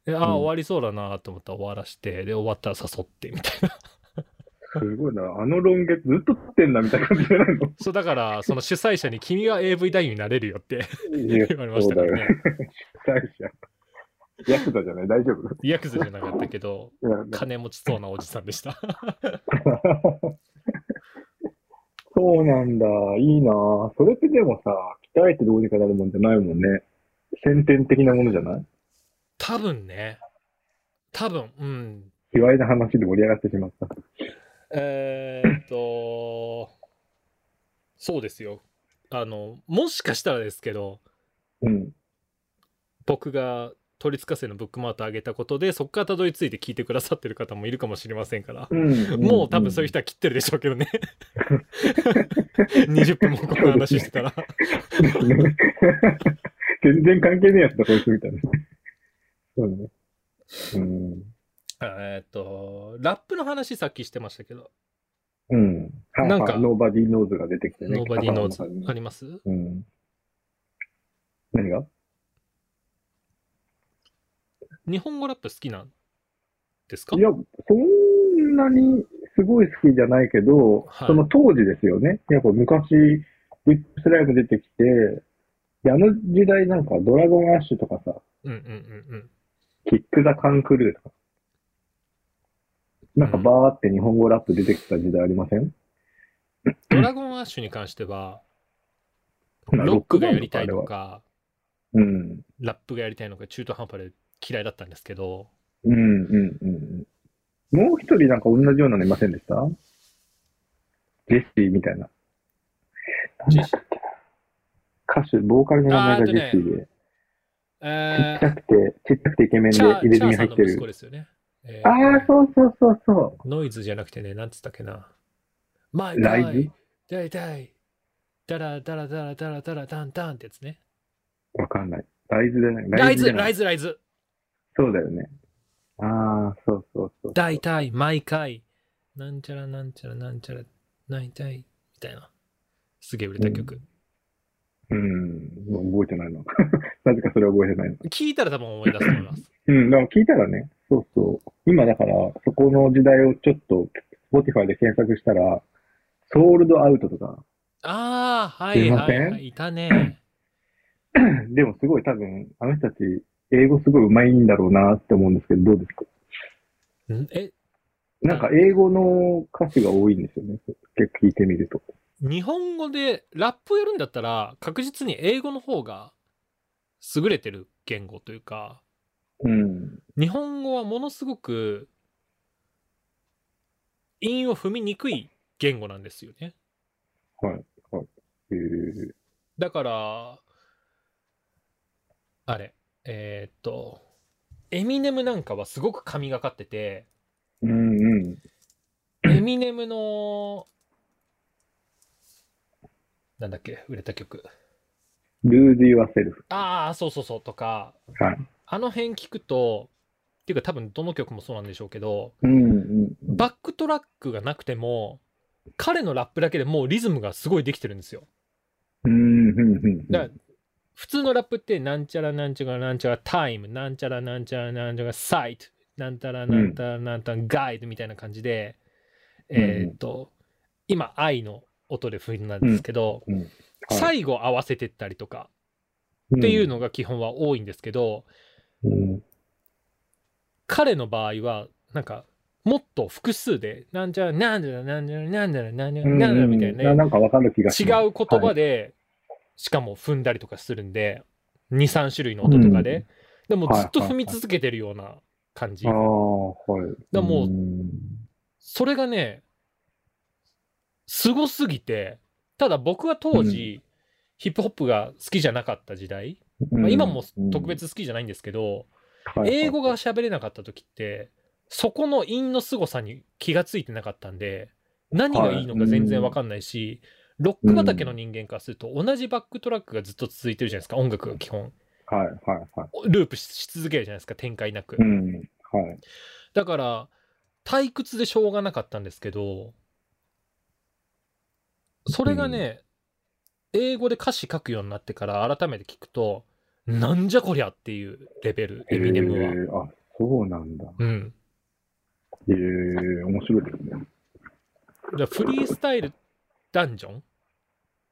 [SPEAKER 1] であ
[SPEAKER 2] うん
[SPEAKER 1] 終わりそうだなと思ったら終わらしてで終わったら誘ってみたいな
[SPEAKER 2] すごいな。あのロン毛ずっと撮ってんだみたいな感じじゃないの
[SPEAKER 1] そうだからその主催者に「君は AV 男優になれるよ」って
[SPEAKER 2] いや
[SPEAKER 1] 言われましたからね
[SPEAKER 2] 主催者。ヤクザじゃない大丈夫
[SPEAKER 1] ヤクザじゃなかったけど
[SPEAKER 2] いや
[SPEAKER 1] 金持ちそうなおじさんでした
[SPEAKER 2] そうなんだ。いいな。それってでもさ、鍛えてどうにかなるもんじゃないもんね。先天的なものじゃない
[SPEAKER 1] 多分ね。多分、うん。
[SPEAKER 2] 卑猥な話で盛り上がってしまった。
[SPEAKER 1] えーっと、そうですよ。あの、もしかしたらですけど、
[SPEAKER 2] うん。
[SPEAKER 1] 僕が取りつかせのブックマートあげたことで、そこからたどり着いて聞いてくださってる方もいるかもしれませんから。
[SPEAKER 2] うん。
[SPEAKER 1] もう多分そういうう人は切ってるでしょうけどね。20分もこんな話してたら。
[SPEAKER 2] 人。全然関係ねえやつだ、こいつみたいな。そうね。うん。
[SPEAKER 1] えーっと、ラップの話さっきしてましたけど、
[SPEAKER 2] うん。はい
[SPEAKER 1] なん
[SPEAKER 2] は
[SPEAKER 1] か
[SPEAKER 2] い、ノーバディーノーズが出てきてね。
[SPEAKER 1] ノーバディーノーズ
[SPEAKER 2] 頭の中に
[SPEAKER 1] あります
[SPEAKER 2] うん。何が
[SPEAKER 1] 日本語ラップ好きなんですか
[SPEAKER 2] いや、そんなにすごい好きじゃないけど、
[SPEAKER 1] はい
[SPEAKER 2] その当時ですよね。やっぱ昔、ウィップスライム出てきて、であの時代なんかドラゴンアッシュとかさ、
[SPEAKER 1] うんうんうんうん。
[SPEAKER 2] キック・ザ・カン・クルーとか、なんか
[SPEAKER 1] うん
[SPEAKER 2] バーって日本語ラップ出てきた時代ありません
[SPEAKER 1] ドラゴンアッシュに関しては、
[SPEAKER 2] まあ
[SPEAKER 1] ロックがやりた
[SPEAKER 2] あ
[SPEAKER 1] い
[SPEAKER 2] れ
[SPEAKER 1] と
[SPEAKER 2] は
[SPEAKER 1] か、
[SPEAKER 2] うん。
[SPEAKER 1] ラップがやりたいのが中途半端で嫌いだったんですけど、
[SPEAKER 2] うん、うん、うん。もう一人なんか同じようなのいませんでしたジェシーみたいな。
[SPEAKER 1] ジェシー
[SPEAKER 2] 歌手、ボーカルの名前がジェシーで。ちっ
[SPEAKER 1] え
[SPEAKER 2] ちゃくて、ちっちゃくてイケメ
[SPEAKER 1] ー、
[SPEAKER 2] ンで
[SPEAKER 1] チャー
[SPEAKER 2] 入れ
[SPEAKER 1] チャ
[SPEAKER 2] 墨
[SPEAKER 1] ーさん
[SPEAKER 2] 入っ
[SPEAKER 1] の
[SPEAKER 2] て
[SPEAKER 1] 息子
[SPEAKER 2] る。
[SPEAKER 1] ですよね。えー
[SPEAKER 2] ああ、そうそうそうそ
[SPEAKER 1] ノイズじゃなくてね、なんつったっけな。マイ
[SPEAKER 2] う。ライブ
[SPEAKER 1] だいたい、だらだらだらだらだらだんだんってやつね。
[SPEAKER 2] わかんない。ライズじゃない。
[SPEAKER 1] ライズ、
[SPEAKER 2] じゃな
[SPEAKER 1] ラ
[SPEAKER 2] い
[SPEAKER 1] イズ、ライズ。
[SPEAKER 2] そうだよね。ああ、そうそうそう。
[SPEAKER 1] 大体、毎回、なんちゃらなんちゃらなんちゃら、ないたい、みたいな。すげえ売れた曲。
[SPEAKER 2] うん。もう覚えてないの。 なぜかそれは覚えてないの。
[SPEAKER 1] 聞いたら多分思い出すと思います。
[SPEAKER 2] うん。でも聞いたらね、そうそう。今だから、そこの時代をちょっと、Spotify で検索したら、ソールドアウトとか。
[SPEAKER 1] ああ、は
[SPEAKER 2] す
[SPEAKER 1] い
[SPEAKER 2] いま
[SPEAKER 1] は
[SPEAKER 2] せ
[SPEAKER 1] い
[SPEAKER 2] ん
[SPEAKER 1] はい、いたね。
[SPEAKER 2] でもすごい多分、あの人たち、英語すごい上手いんだろうなって思うんですけど、どうですか
[SPEAKER 1] んえ、
[SPEAKER 2] なんか英語の歌詞が多いんですよね。結構聞いてみると。
[SPEAKER 1] 日本語でラップやるんだったら、確実に英語の方が優れてる言語というか、
[SPEAKER 2] うん。
[SPEAKER 1] 日本語はものすごく韻を踏みにくい言語なんですよね。
[SPEAKER 2] はい、はい。えー、
[SPEAKER 1] だから、あれ、えーっと、エミネムなんかはすごく神がかって て、
[SPEAKER 2] うんうん。
[SPEAKER 1] エミネムの、なんだっけ、売れた曲。
[SPEAKER 2] ルーズ・ユア・セルフ。
[SPEAKER 1] ああ、そうそうそうとか、
[SPEAKER 2] はい。
[SPEAKER 1] あの辺聞くと、っていうか多分どの曲もそうなんでしょうけど、
[SPEAKER 2] うんうん。
[SPEAKER 1] バックトラックがなくても、彼のラップだけでもうリズムがすごいできてるんですよ。
[SPEAKER 2] うんうんうん。
[SPEAKER 1] だから普通のラップってなんちゃらなんちゃらなんちゃらタイムなんちゃらなんちゃらなんちゃらサイトなんたらなんたらなんたらガイドみたいな感じで、
[SPEAKER 2] んうん
[SPEAKER 1] えーっと今「愛」の音で振りなんですけど、
[SPEAKER 2] うんうんはい
[SPEAKER 1] 最後合わせてったりとか
[SPEAKER 2] っ
[SPEAKER 1] っていうのが基本は多いんですけど、
[SPEAKER 2] うん。
[SPEAKER 1] 彼の場合はなんかもっと複数でなんちゃらなんちゃらなんちゃらなんちゃらなんちゃらなんちゃらみたいなね
[SPEAKER 2] ななんかわかる気がし
[SPEAKER 1] 違
[SPEAKER 2] ます。
[SPEAKER 1] う言葉で、しかも踏んだりとかするんで23種類の音とかで、でもずっと踏み続けてるような感じ、
[SPEAKER 2] ああ、はい。
[SPEAKER 1] だからもう
[SPEAKER 2] うん
[SPEAKER 1] それがねすごすぎてただ僕は当時、ヒップホップが好きじゃなかった時代、まあ今も特、別好きじゃないんですけど、
[SPEAKER 2] うんはい
[SPEAKER 1] 英語が喋れなかった時ってそこの韻の凄さに気がついてなかったんで何がいいのか全然わかんないし、ロック畑の人間からすると同じバックトラックがずっと続いてるじゃないですか音楽が基本
[SPEAKER 2] はいはいはい。
[SPEAKER 1] ループしし続けるじゃないですか展開なく、
[SPEAKER 2] うん。はい。
[SPEAKER 1] だから退屈でしょうがなかったんですけどそれがね、英語で歌詞書くようになってから改めて聞くとなんじゃこりゃっていうレベルエミネムは、
[SPEAKER 2] ムは。あ、そうなんだ。
[SPEAKER 1] うん
[SPEAKER 2] ええ、面白いですね。
[SPEAKER 1] じゃあフリースタイルダンジョン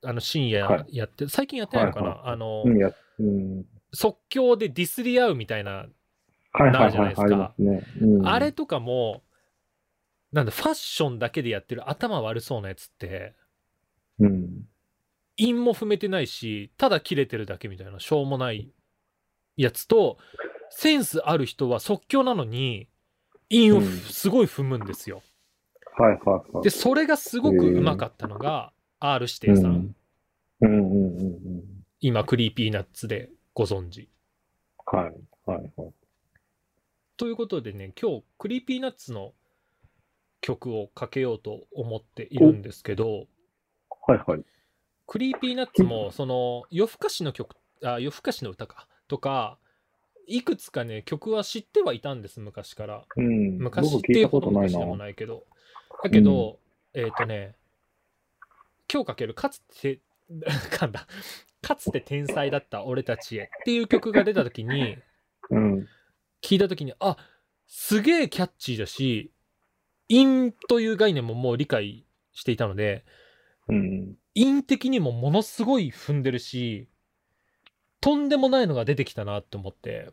[SPEAKER 1] あの深
[SPEAKER 2] は
[SPEAKER 1] 夜やって、最近やってないのかな、
[SPEAKER 2] はい
[SPEAKER 1] あの、
[SPEAKER 2] うん、や、うん。
[SPEAKER 1] 即興でディスり合うみたいな、
[SPEAKER 2] はい
[SPEAKER 1] な
[SPEAKER 2] は
[SPEAKER 1] る
[SPEAKER 2] い
[SPEAKER 1] じゃない
[SPEAKER 2] は
[SPEAKER 1] で
[SPEAKER 2] い
[SPEAKER 1] す。か
[SPEAKER 2] ありますね。うん
[SPEAKER 1] あれとかもなんだファッションだけでやってる頭悪そうなやつって
[SPEAKER 2] うん。
[SPEAKER 1] 韻も踏めてないしただ切れてるだけみたいなしょうもないやつとセンスある人は即興なのに、韻をふ
[SPEAKER 2] うん
[SPEAKER 1] すごい踏むんですよ。
[SPEAKER 2] はいはいはい。
[SPEAKER 1] で、それがすごくうまかったのが、R 指定さん。
[SPEAKER 2] うんうんうんうん。
[SPEAKER 1] 今、クリーピーナッツでご存知。
[SPEAKER 2] はいはいはい。
[SPEAKER 1] ということでね、今日、クリーピーナッツの曲をかけようと思っているんですけど、
[SPEAKER 2] はいはい。
[SPEAKER 1] クリーピーナッツも、その、夜更かしの曲、あ、夜更かしの歌か、とか、いくつかね、曲は知ってはいたんです、昔から。
[SPEAKER 2] うん。
[SPEAKER 1] 昔っ
[SPEAKER 2] 僕
[SPEAKER 1] て
[SPEAKER 2] 聞
[SPEAKER 1] い
[SPEAKER 2] いうた
[SPEAKER 1] ほ
[SPEAKER 2] こ
[SPEAKER 1] ど
[SPEAKER 2] とない
[SPEAKER 1] 昔
[SPEAKER 2] な。
[SPEAKER 1] でもないけど。だけど、えっ、とね、今日かけるかつて、 かんだ、かつて天才だった俺たちへっていう曲が出たときに、
[SPEAKER 2] うん。
[SPEAKER 1] 聞いたときに、あすげえキャッチーだし、陰という概念ももう理解していたので、
[SPEAKER 2] うん。
[SPEAKER 1] 陰的にもものすごい踏んでるし、とんでもないのが出てきたなって思って、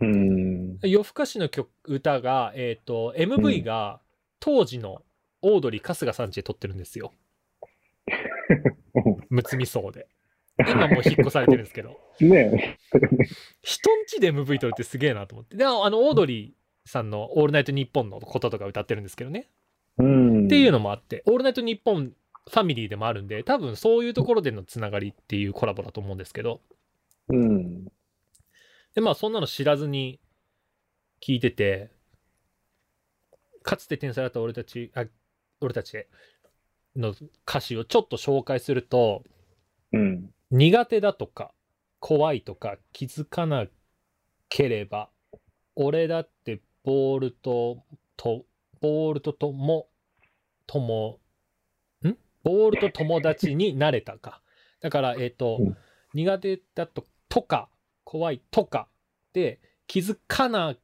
[SPEAKER 2] うん。
[SPEAKER 1] 夜更かしの曲歌が、えっ、と、
[SPEAKER 2] う
[SPEAKER 1] MV
[SPEAKER 2] ん
[SPEAKER 1] が当時のオードリー春日さんちで撮ってるんですよ。むつみそうで。今もう引っ越されてるんですけど。
[SPEAKER 2] ね
[SPEAKER 1] 人んちで MV 撮るってすげえなと思って。で、あの、オードリーさんのオールナイトニッポンのこととか歌ってるんですけどね。
[SPEAKER 2] え。うん。
[SPEAKER 1] っていうのもあって、オールナイトニッポンファミリーでもあるんで、多分そういうところでのつながりっていうコラボだと思うんですけど、
[SPEAKER 2] うん。
[SPEAKER 1] で、まあそんなの知らずに聞いてて、かつて天才だった俺たち、あ、俺たちへの歌詞をちょっと紹介すると、
[SPEAKER 2] うん。
[SPEAKER 1] 苦手だとか、怖いとか気づかなければ、俺だってボールと、と、ボールととも、とも、んボールと友達になれたか。だから、えっ、と、
[SPEAKER 2] うん
[SPEAKER 1] 苦手だと、とか、怖いとか、で、気づかな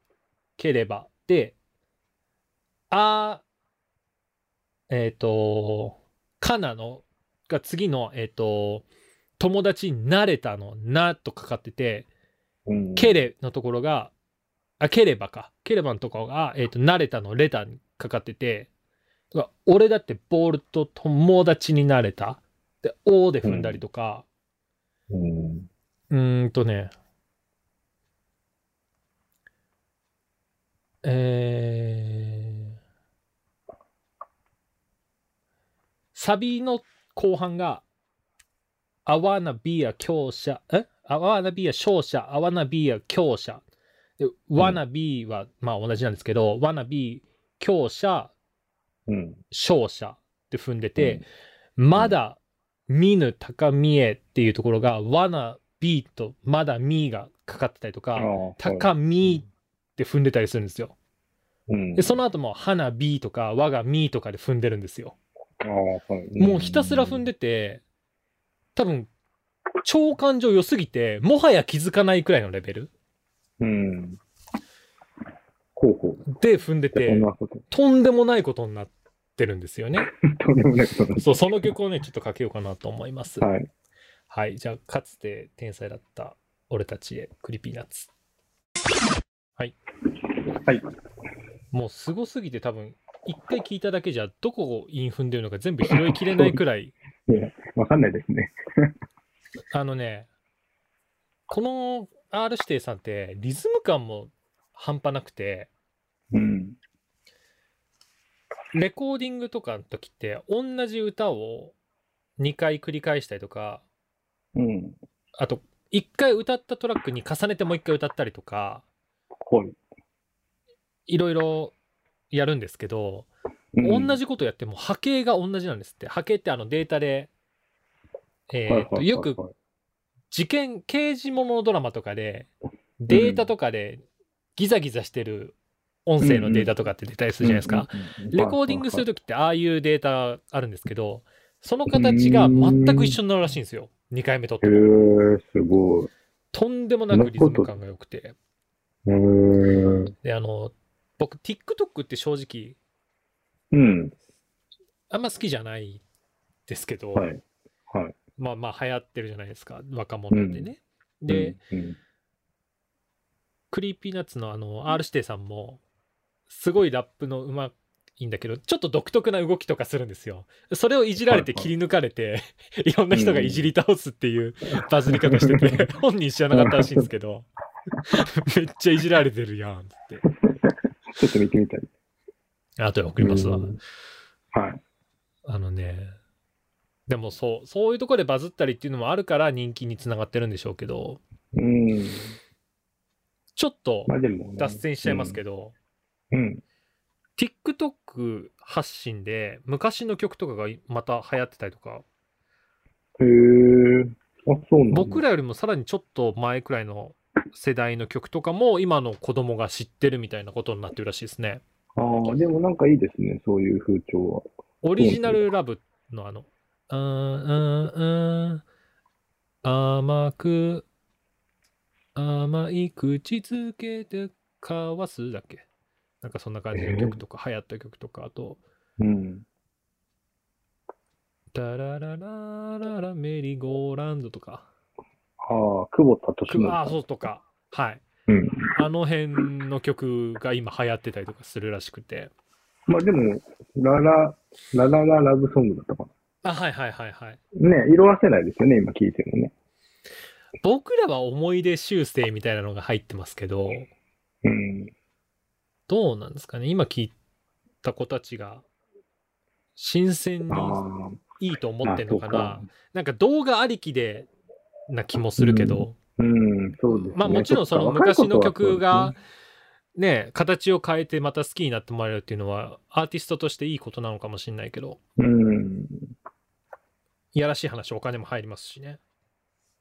[SPEAKER 1] ければ、で、あー、えっ、と、かなの、が次の、えっ、と、友達になれたの、なとかかってて、
[SPEAKER 2] うん。
[SPEAKER 1] けれのところが、あ、ければか。ければのところが、えっ、と、慣れたのレターにかかってて、だから俺だってボールと友達になれた。で、おーで踏んだりとか、
[SPEAKER 2] うん。
[SPEAKER 1] うーんとね、えー、サビの後半が、I wanna be a 強者、え ?I wanna be a 勝者、I wanna be a 強者。で、wanna be は、まあ同じなんですけど、wanna be 強者、
[SPEAKER 2] うん。
[SPEAKER 1] 勝者って踏んでて、まだ見ぬ高見えっていうところが、わな、ビーとまだみーがかかってたりと
[SPEAKER 2] ああ、
[SPEAKER 1] か、
[SPEAKER 2] はい
[SPEAKER 1] 高みーって踏んでたりするんですよ。
[SPEAKER 2] うん。
[SPEAKER 1] で、その後も、花ビーとか、我がみーとかで踏んでるんですよ。
[SPEAKER 2] ああ、はい。
[SPEAKER 1] もうひたすら踏んでて、多分、超感情良すぎて、もはや気づかないくらいのレベル
[SPEAKER 2] うん。ほうほう。
[SPEAKER 1] で踏んで
[SPEAKER 2] じゃあそ
[SPEAKER 1] て
[SPEAKER 2] ん、なこと。
[SPEAKER 1] とんでもないことになってるんですよね。
[SPEAKER 2] とんでもないことなんで
[SPEAKER 1] そう、その曲をね、ちょっとかけようかなと思います。
[SPEAKER 2] す。はい。
[SPEAKER 1] はい、じゃあ、かつて天才だった俺たちへ、クリピーナッツ。はい。
[SPEAKER 2] はい。
[SPEAKER 1] もうすごすぎて多分、一回聞いただけじゃ、どこを韻踏んでるのか全部拾いきれないくらい、
[SPEAKER 2] わかんないですね。
[SPEAKER 1] あのね、この R 指定さんって、リズム感も半端なくて、
[SPEAKER 2] うん。
[SPEAKER 1] レコーディングとかの時って、同じ歌を2回繰り返したりとか、
[SPEAKER 2] うん。
[SPEAKER 1] あと、1回歌ったトラックに重ねてもう1回歌ったりとか、
[SPEAKER 2] はい。
[SPEAKER 1] いろいろやるんですけど、
[SPEAKER 2] うん
[SPEAKER 1] 同。じことやっても波形が同じなんですって波形ってあのデータで、えー
[SPEAKER 2] はいはい
[SPEAKER 1] と
[SPEAKER 2] はい
[SPEAKER 1] よく
[SPEAKER 2] はい
[SPEAKER 1] 事件刑事ものドラマとかでデータとかでギザギザしてる音声のデータとかって出たりするじゃないですか、。レコーディングする
[SPEAKER 2] と
[SPEAKER 1] ときってああいうデータあるんですけどその形が全く一緒になるらしいんですよ2回目撮って
[SPEAKER 2] へえ
[SPEAKER 1] も
[SPEAKER 2] ー、すごい。
[SPEAKER 1] とんでもなくリズム感が良くて
[SPEAKER 2] うーん。
[SPEAKER 1] であの僕 TikTok って正直
[SPEAKER 2] うん。
[SPEAKER 1] あんま好きじゃないですけど、
[SPEAKER 2] はい。はい。
[SPEAKER 1] まあまあ流行ってるじゃないですか若者ってね、で、
[SPEAKER 2] うん、
[SPEAKER 1] クリーピーナッツのあの R 指定さんもすごいラップのうまいんだけどちょっと独特な動きとかするんですよそれをいじられて
[SPEAKER 2] はいはい
[SPEAKER 1] 切り抜かれて、 い、ろんな人がいじり倒すっていうバズり方してて本人知らなかったらしいんですけど めっちゃいじられてるやんって。
[SPEAKER 2] ちょっと見てみたい。
[SPEAKER 1] あとで送りますわ
[SPEAKER 2] う。んはい。
[SPEAKER 1] あのね、でもそう、そういうところでバズったりっていうのもあるから人気につながってるんでしょうけど、
[SPEAKER 2] うん。
[SPEAKER 1] ちょっと
[SPEAKER 2] まあでも、ね。
[SPEAKER 1] 脱線しちゃいますけど、
[SPEAKER 2] うん。
[SPEAKER 1] TikTok 発信で昔の曲とかがまた流行ってたりとか、
[SPEAKER 2] うん。へえ。あ、そうなんだ。
[SPEAKER 1] 僕らよりもさらにちょっと前くらいの世代の曲とかも今の子供が知ってるみたいなことになってるらしいですね。
[SPEAKER 2] ああ、でもなんかいいですね、そういう風潮は。
[SPEAKER 1] オリジナルラブのあの、うーん、うーん、うーん、甘く、甘い口づけで交わすだっけなんかそんな感じの曲とか、流行った曲とか、あと、
[SPEAKER 2] うん。
[SPEAKER 1] タラララララメリーゴーランドとか、
[SPEAKER 2] ああ、久保田敏
[SPEAKER 1] くああ、
[SPEAKER 2] 則。
[SPEAKER 1] そうとか、はい。
[SPEAKER 2] うん。
[SPEAKER 1] あの辺の曲が今流行ってたりとかするらしくて。
[SPEAKER 2] まあでも、ララ、ララララブソングだったか
[SPEAKER 1] あ、はいはいはいはい。
[SPEAKER 2] な。ね、色褪せないですよね、今聴いてもね。
[SPEAKER 1] 僕らは思い出修正みたいなのが入ってますけど、
[SPEAKER 2] うん。
[SPEAKER 1] どうなんですかね今聞いた子たちが新鮮に
[SPEAKER 2] ああ、
[SPEAKER 1] いいと思ってんのかな
[SPEAKER 2] あそうか
[SPEAKER 1] なんか動画ありきでな気もするけど、
[SPEAKER 2] うん、そうですね。
[SPEAKER 1] まあもちろんその
[SPEAKER 2] っか若い
[SPEAKER 1] 昔
[SPEAKER 2] 子と
[SPEAKER 1] の
[SPEAKER 2] は
[SPEAKER 1] 曲
[SPEAKER 2] そう
[SPEAKER 1] が
[SPEAKER 2] ですね
[SPEAKER 1] ね形を変えてまた好きになってもらえるっていうのはアーティストとしていいことなのかもしれないけど
[SPEAKER 2] うん。
[SPEAKER 1] いやらしい話お金も入りますしね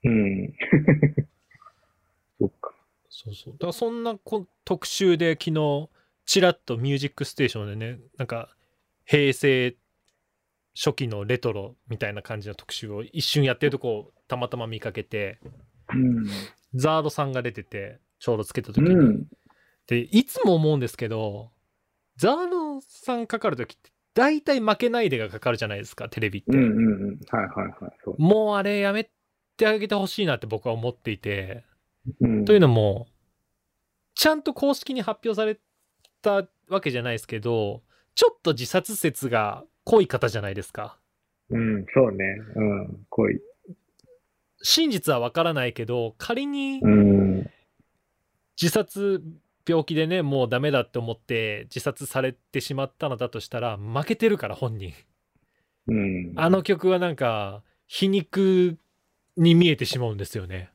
[SPEAKER 2] うん。 そっか。
[SPEAKER 1] そうそうだからそんなこ特集で昨日ちらっと「ミュージックステーション」でねなんか平成初期のレトロみたいな感じの特集を一瞬やってるとこをたまたま見かけて
[SPEAKER 2] うん。
[SPEAKER 1] ザードさんが出ててちょうどつけた時に、
[SPEAKER 2] うん。
[SPEAKER 1] でいつも思うんですけどザードさんかかる時って大体負けないでがかかるじゃないですかテレビって、
[SPEAKER 2] うんうんうん。はいはいはい。そう。
[SPEAKER 1] もうあれやめてあげてほしいなって僕は思っていて
[SPEAKER 2] うん、
[SPEAKER 1] というのも、ちゃんと公式に発表されたわけじゃないですけど、ちょっと自殺説が濃い方じゃないですか。
[SPEAKER 2] うん、そうね。うん、濃い。
[SPEAKER 1] 真実はわからないけど、仮に
[SPEAKER 2] うん。
[SPEAKER 1] 自殺病気でね、もうダメだって思って自殺されてしまったのだとしたら、負けてるから本人。
[SPEAKER 2] うん。
[SPEAKER 1] あの曲はなんか、皮肉に見えてしまうんですよね。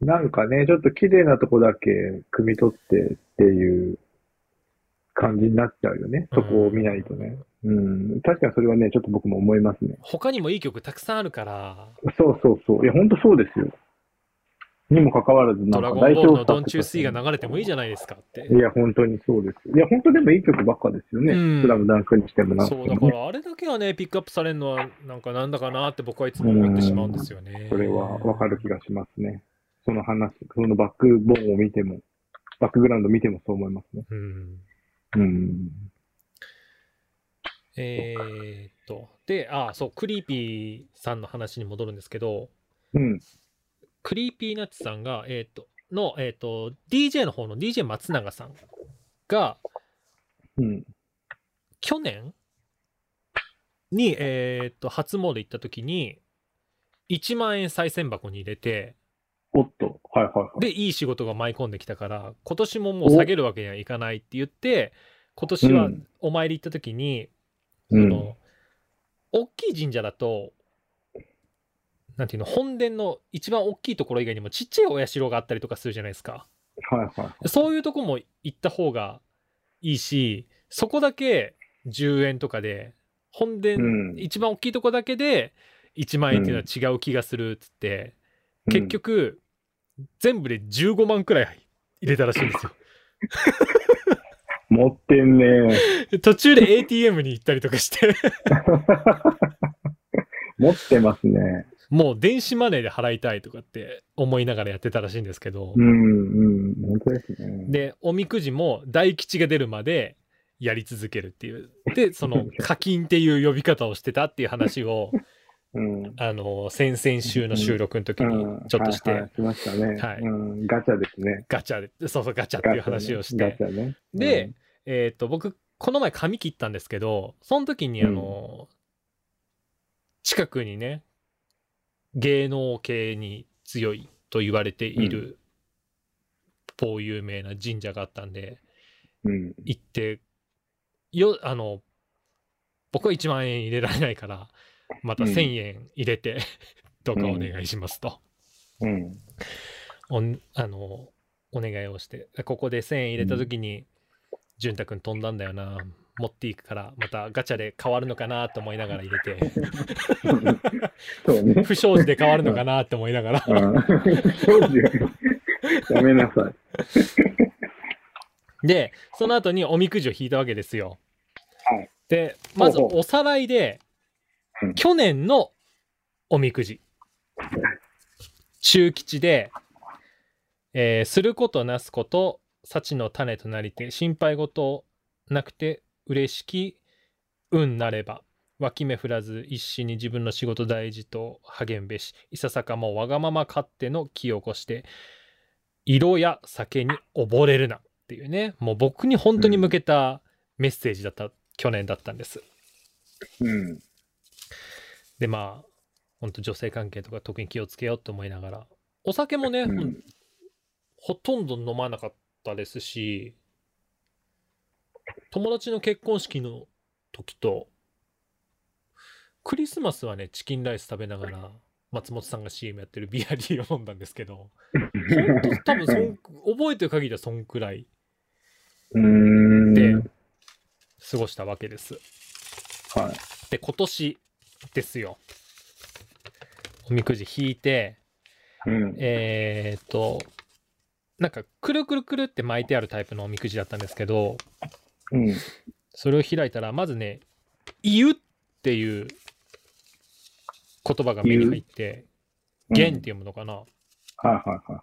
[SPEAKER 2] なんかね、ちょっと綺麗なとこだけ汲み取ってっていう感じになっちゃうよね。そこを見ないとね。うん。確かにそれはね、ちょっと僕も思いますね。
[SPEAKER 1] 他にもいい曲たくさんあるから、
[SPEAKER 2] そうそうそう。いや、ほんとそうですよ。にもかかわらず、
[SPEAKER 1] ド
[SPEAKER 2] なん
[SPEAKER 1] ラ
[SPEAKER 2] か
[SPEAKER 1] ゴン
[SPEAKER 2] 代
[SPEAKER 1] ボール
[SPEAKER 2] 表
[SPEAKER 1] のド
[SPEAKER 2] 作
[SPEAKER 1] ン
[SPEAKER 2] と
[SPEAKER 1] チュースイ
[SPEAKER 2] して
[SPEAKER 1] が流れてもいいじゃないですかって。
[SPEAKER 2] いや、本当にそうです。いや、本当でもいい曲ばっかですよね。
[SPEAKER 1] うん
[SPEAKER 2] スラムダンクにしてもなん
[SPEAKER 1] そうだ
[SPEAKER 2] も
[SPEAKER 1] か
[SPEAKER 2] ね。
[SPEAKER 1] らあれだけはねピックアップされるのはなんかなんだかなって僕はいつも思ってしまうんですよね。
[SPEAKER 2] それはわかる気がしますね。その話、そのバックボーンを見ても、バックグラウンド見てもそう思いますね。
[SPEAKER 1] うん。
[SPEAKER 2] うん。
[SPEAKER 1] えー、っとであそうクリーピーさんの話に戻るんですけど
[SPEAKER 2] うん。
[SPEAKER 1] クリーピーナッツさんがえーっとのえーっと DJ の方の DJ 松永さんが
[SPEAKER 2] うん。
[SPEAKER 1] 去年にえーっと初詣行った時に1万円賽銭箱に入れて
[SPEAKER 2] おっと。はいはいはい。
[SPEAKER 1] で、いい仕事が舞い込んできたから、今年ももう下げるわけにはいかないって言って、今年は
[SPEAKER 2] うん
[SPEAKER 1] お参り行った時に、
[SPEAKER 2] う
[SPEAKER 1] そ
[SPEAKER 2] ん。
[SPEAKER 1] の、大きい神社だと、なんていうの、本殿の一番大きいところ以外にもちっちゃいお社があったりとかするじゃないですか。
[SPEAKER 2] はいはい。
[SPEAKER 1] そういうとこも行った方がいいし、そこだけ10円とかで、本殿、
[SPEAKER 2] うん
[SPEAKER 1] 一番大きいとこだけで1万円っていうのは違う気がするっつって、結局、全部で15万くらい入れたらしいんですよ。
[SPEAKER 2] うん、持ってんね。
[SPEAKER 1] 途中で ATM に行ったりとかして、
[SPEAKER 2] 持ってますね。
[SPEAKER 1] もう電子マネーで払いたいとかって思いながらやってたらしいんですけど
[SPEAKER 2] う、んうん。本当ですね。
[SPEAKER 1] で、おみくじも大吉が出るまでやり続けるっていう。で、そ の課金っていう呼び方をしてたっていう話を、
[SPEAKER 2] うん。
[SPEAKER 1] あの、先々週の収録の時に
[SPEAKER 2] うん
[SPEAKER 1] ちょっとして、
[SPEAKER 2] はいはい、しましたね。
[SPEAKER 1] はい
[SPEAKER 2] うん。ガチャですね。
[SPEAKER 1] ガチャで、そうそうガチャって
[SPEAKER 2] ガ
[SPEAKER 1] いう
[SPEAKER 2] チャね
[SPEAKER 1] 話をして、
[SPEAKER 2] ガチャね。
[SPEAKER 1] で、えっ、と、僕、この前髪切ったんですけど、その時に、あの、近くにね、芸能系に強いと言われている某有名な神社があったんで、
[SPEAKER 2] うん。
[SPEAKER 1] 行って、よ、あの、僕は1万円入れられないから、また
[SPEAKER 2] うん
[SPEAKER 1] 1000円入れて、 どうかお願いしますと。
[SPEAKER 2] うん。
[SPEAKER 1] おんあの、お願いをして、ここで1000円入れた時に、潤太くん飛んだんだよな。持っていくから、またガチャで変わるのかなと思いながら入れて、
[SPEAKER 2] そうね。
[SPEAKER 1] 不祥事で変わるのかなと思いながら
[SPEAKER 2] あ、ーそうですよ。やめなさい。
[SPEAKER 1] で、その後におみくじを引いたわけですよ。
[SPEAKER 2] はい
[SPEAKER 1] で、まず
[SPEAKER 2] ほうほう
[SPEAKER 1] おさらいで、
[SPEAKER 2] うん
[SPEAKER 1] 去年のおみくじ。中吉で、えーすることなすこと、幸の種となりて、心配事なくて嬉しき、運なれば。脇目振らず一心に自分の仕事大事と励んべしいささかもわがまま勝手の気を起こして色や酒に溺れるなっていうねもう僕に本当に向けたメッセージだった、去年だったんです
[SPEAKER 2] うん。
[SPEAKER 1] でまあ本当女性関係とか特に気をつけようと思いながらお酒もね、
[SPEAKER 2] うん。
[SPEAKER 1] ほとんど飲まなかったですし友達の結婚式の時とクリスマスはねチキンライス食べながら松本さんが CM やってるビアリーを飲んだんですけど本当多分そん覚えてる限りはそんくらいう
[SPEAKER 2] ーん。
[SPEAKER 1] で過ごしたわけです。
[SPEAKER 2] は
[SPEAKER 1] で今年ですよおみくじ引いて
[SPEAKER 2] い。うん。
[SPEAKER 1] えー、っとなんかくるくるくるって巻いてあるタイプのおみくじだったんですけど
[SPEAKER 2] うん。
[SPEAKER 1] それを開いたらまずね「言う」っていう言葉が目に入って「言」って読むのかな
[SPEAKER 2] はいはいは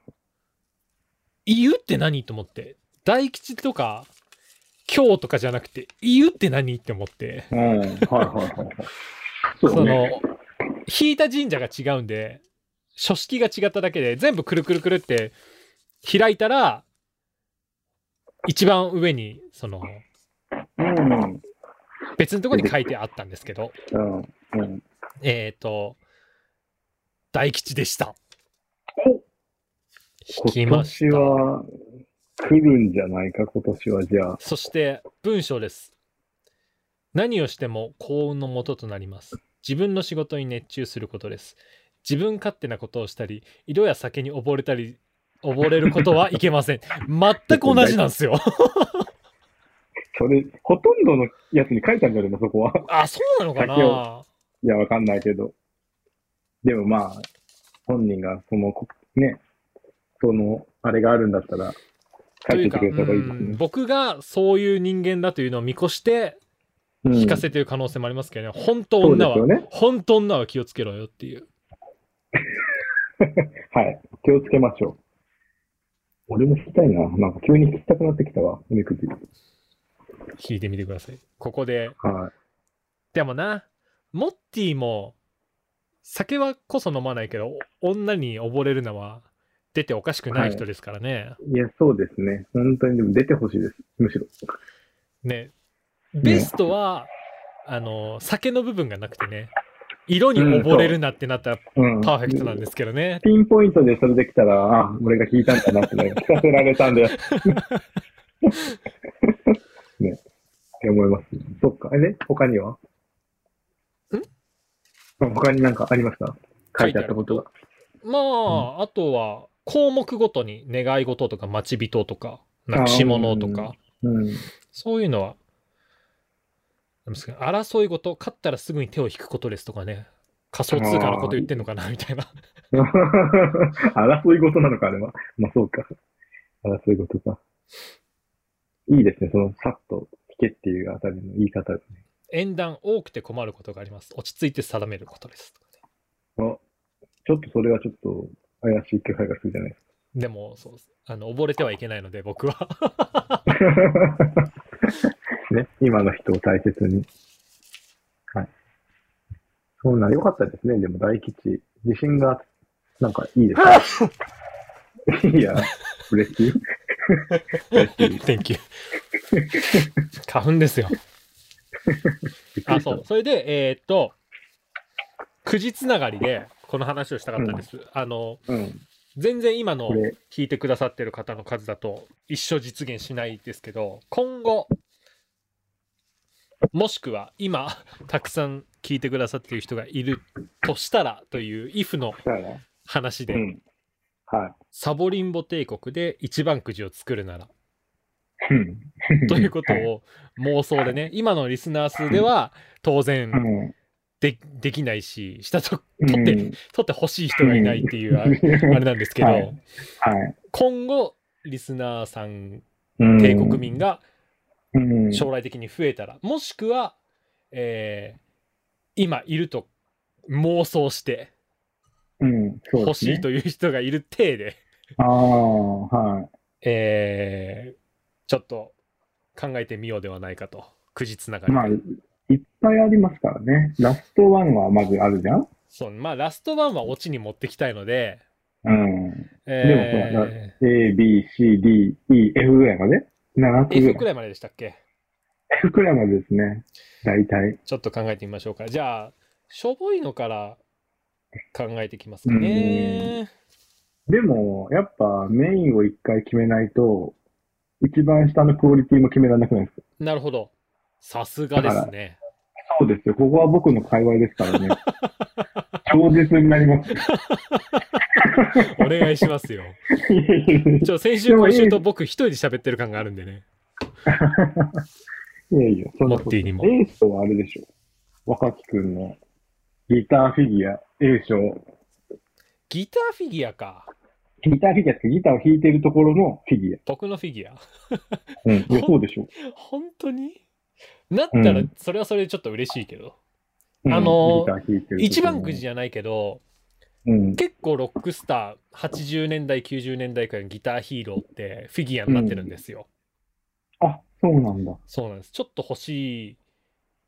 [SPEAKER 1] 「
[SPEAKER 2] い。
[SPEAKER 1] 言う」って何と思って大吉とか今日とかじゃなくて「言う」って何って思って
[SPEAKER 2] うん。はいはいはいはい。そう
[SPEAKER 1] そ
[SPEAKER 2] ね。
[SPEAKER 1] の引いた神社が違うんで書式が違っただけで全部くるくるくるって開いたら一番上にその
[SPEAKER 2] うん。
[SPEAKER 1] 別のとこに書いてあったんですけど
[SPEAKER 2] うん。うん。
[SPEAKER 1] えっ、ー、と大吉でした引き
[SPEAKER 2] 今
[SPEAKER 1] まし
[SPEAKER 2] 年
[SPEAKER 1] た
[SPEAKER 2] は来るんじゃないか、今年はじゃあ。
[SPEAKER 1] そして文章です。何をしても幸運のもととなります。自分の仕事に熱中することです。自分勝手なことをしたり、色や酒に溺れたり、溺れることはいけ ません。全く同じなんですよ。
[SPEAKER 2] それ、ほとんどのやつに書いたんだよな、そこは。
[SPEAKER 1] あ、そうなのか
[SPEAKER 2] 先
[SPEAKER 1] ない
[SPEAKER 2] や、わかんないけど。でもまあ、本人が、その、こね、その、あれがあるんだったら、
[SPEAKER 1] と
[SPEAKER 2] 書
[SPEAKER 1] い
[SPEAKER 2] いうて
[SPEAKER 1] か、
[SPEAKER 2] くれた方がいいで
[SPEAKER 1] う
[SPEAKER 2] す
[SPEAKER 1] ん
[SPEAKER 2] ね。
[SPEAKER 1] 僕がそういう人間だというのを見越して、
[SPEAKER 2] うん
[SPEAKER 1] 引かせてる可能性もありますけどね。本当女は、
[SPEAKER 2] そうですよね
[SPEAKER 1] 本当女は気をつけろよっていう。
[SPEAKER 2] はい。気をつけましょう。俺も聞きたいな。なんか急に聞きたくなってきたわ、おみくじ。
[SPEAKER 1] 聞いてみてください。ここで
[SPEAKER 2] は
[SPEAKER 1] でもな、モッティも、酒はこそ飲まないけど、お女に溺れるのは出ておかしくない人ですからね。
[SPEAKER 2] い。いや、そうですね。本当に、でも出てほしいです。むしろ。
[SPEAKER 1] ね、ベストは、あの、酒の部分がなくてね、色に溺れるなってなったら
[SPEAKER 2] うん。
[SPEAKER 1] パーフェクトなんですけどね。
[SPEAKER 2] ピンポイントでそれできたら、あ、俺が聞いたんだなってね、聞かせられたんだよ。ね。って思います。そっか。え、ね、他にはん他になんかありました書いてあったことが。
[SPEAKER 1] まあ、あとは、項目ごとに願い事とか待ち人とか、なくし物と
[SPEAKER 2] あー
[SPEAKER 1] か、
[SPEAKER 2] うん。
[SPEAKER 1] そういうのは、なんですか争い事、勝ったらすぐに手を引くことですとかね、仮想通貨のこと言ってんのかなみたいな。
[SPEAKER 2] 争い事なのか、あれは。まあ、そうか。争い事か。いいですね。その、さっと聞けっていうあたりの言い方がね。
[SPEAKER 1] 縁談多くて困ることがあります。落ち着いて定めることですとかね。
[SPEAKER 2] あちょっとそれはちょっと怪しい気配がするじゃないですか
[SPEAKER 1] でも、そうあの溺れてはいけないので、僕は。
[SPEAKER 2] ね、今の人を大切に。はい。そうなん、良かったですね。でも大吉。自信が、なんかいいです ね。いや、嬉しい。嬉しい。
[SPEAKER 1] Thank you. 花粉ですよ。
[SPEAKER 2] びっく
[SPEAKER 1] あ、
[SPEAKER 2] りした
[SPEAKER 1] そう。。それで、えーっと、くじつながりで、この話をしたかったんです。あの、
[SPEAKER 2] うん。
[SPEAKER 1] 全然今の
[SPEAKER 2] これ、
[SPEAKER 1] 弾いてくださってる方の数だと一生実現しないですけど今後もしくは今たくさん聞いてくださってる人がいるとしたらという if の
[SPEAKER 2] したら、
[SPEAKER 1] 話で、
[SPEAKER 2] うん。は
[SPEAKER 1] サボリンボ帝国で一番くじを作るなら
[SPEAKER 2] い。うん
[SPEAKER 1] ということを妄想でね今のリスナー数では当
[SPEAKER 2] う
[SPEAKER 1] 然
[SPEAKER 2] ん。
[SPEAKER 1] でできないししたと
[SPEAKER 2] うん
[SPEAKER 1] 取って取ってほしい人がいないっていうあれあれなんですけど、
[SPEAKER 2] はいはい。
[SPEAKER 1] 今後リスナーさん
[SPEAKER 2] うん
[SPEAKER 1] 帝国民が
[SPEAKER 2] うん
[SPEAKER 1] 将来的に増えたら、もしくは、えー今いると妄想して
[SPEAKER 2] うん。そうで
[SPEAKER 1] 欲
[SPEAKER 2] す
[SPEAKER 1] し
[SPEAKER 2] ね
[SPEAKER 1] いという人がいる体で
[SPEAKER 2] ああ、はい。
[SPEAKER 1] えーちょっと考えてみようではないかとくじつながり、
[SPEAKER 2] まあ、いっぱいありますからね。ラストワンはまずあるじゃん
[SPEAKER 1] そうまあラストワンはオチに持ってきたいので、
[SPEAKER 2] うん。
[SPEAKER 1] え
[SPEAKER 2] でもそう A, B, C, D, E, F ぐらいまで ?7 つ
[SPEAKER 1] ー、F
[SPEAKER 2] ぐ
[SPEAKER 1] く
[SPEAKER 2] ら
[SPEAKER 1] らい
[SPEAKER 2] い。
[SPEAKER 1] まででしたっけ
[SPEAKER 2] F くらいまでですね。大体。
[SPEAKER 1] ちょっと考えてみましょうかじゃあしょぼいのから考えていきますかね
[SPEAKER 2] でも、やっぱメインを一回決めないと、一番下のクオリティも決められなくないですか
[SPEAKER 1] なるほどさすがですね
[SPEAKER 2] そうですよ。ここは僕の界隈で すからね。超絶になります。
[SPEAKER 1] お願いしますよ ちょ先週
[SPEAKER 2] でも
[SPEAKER 1] 今
[SPEAKER 2] いい
[SPEAKER 1] 週と僕一人で喋ってる感があるんでね。
[SPEAKER 2] いやいや、そんな
[SPEAKER 1] モッ
[SPEAKER 2] こと
[SPEAKER 1] ティ
[SPEAKER 2] ない。
[SPEAKER 1] にも
[SPEAKER 2] エースとはあれでしょ。若木くんのギターフィギュア、A 賞。
[SPEAKER 1] ギターフィギュアか。
[SPEAKER 2] ギターフィギュアってギターを弾いてるところのフィギュア。
[SPEAKER 1] 僕のフィギュア。
[SPEAKER 2] うん、いやそうでしょ。
[SPEAKER 1] 本当になったら
[SPEAKER 2] うん
[SPEAKER 1] それはそれでちょっと嬉しいけど。
[SPEAKER 2] うん
[SPEAKER 1] あのー
[SPEAKER 2] ギター弾いてる
[SPEAKER 1] 一
[SPEAKER 2] ところ
[SPEAKER 1] 番
[SPEAKER 2] の
[SPEAKER 1] くじじゃないけど、
[SPEAKER 2] うん。
[SPEAKER 1] 結構ロックスター80年代90年代からのギターヒーローってフィギュアになってるんですよ。
[SPEAKER 2] あ、そうなんだ。
[SPEAKER 1] そうなんです。ちょっと欲しい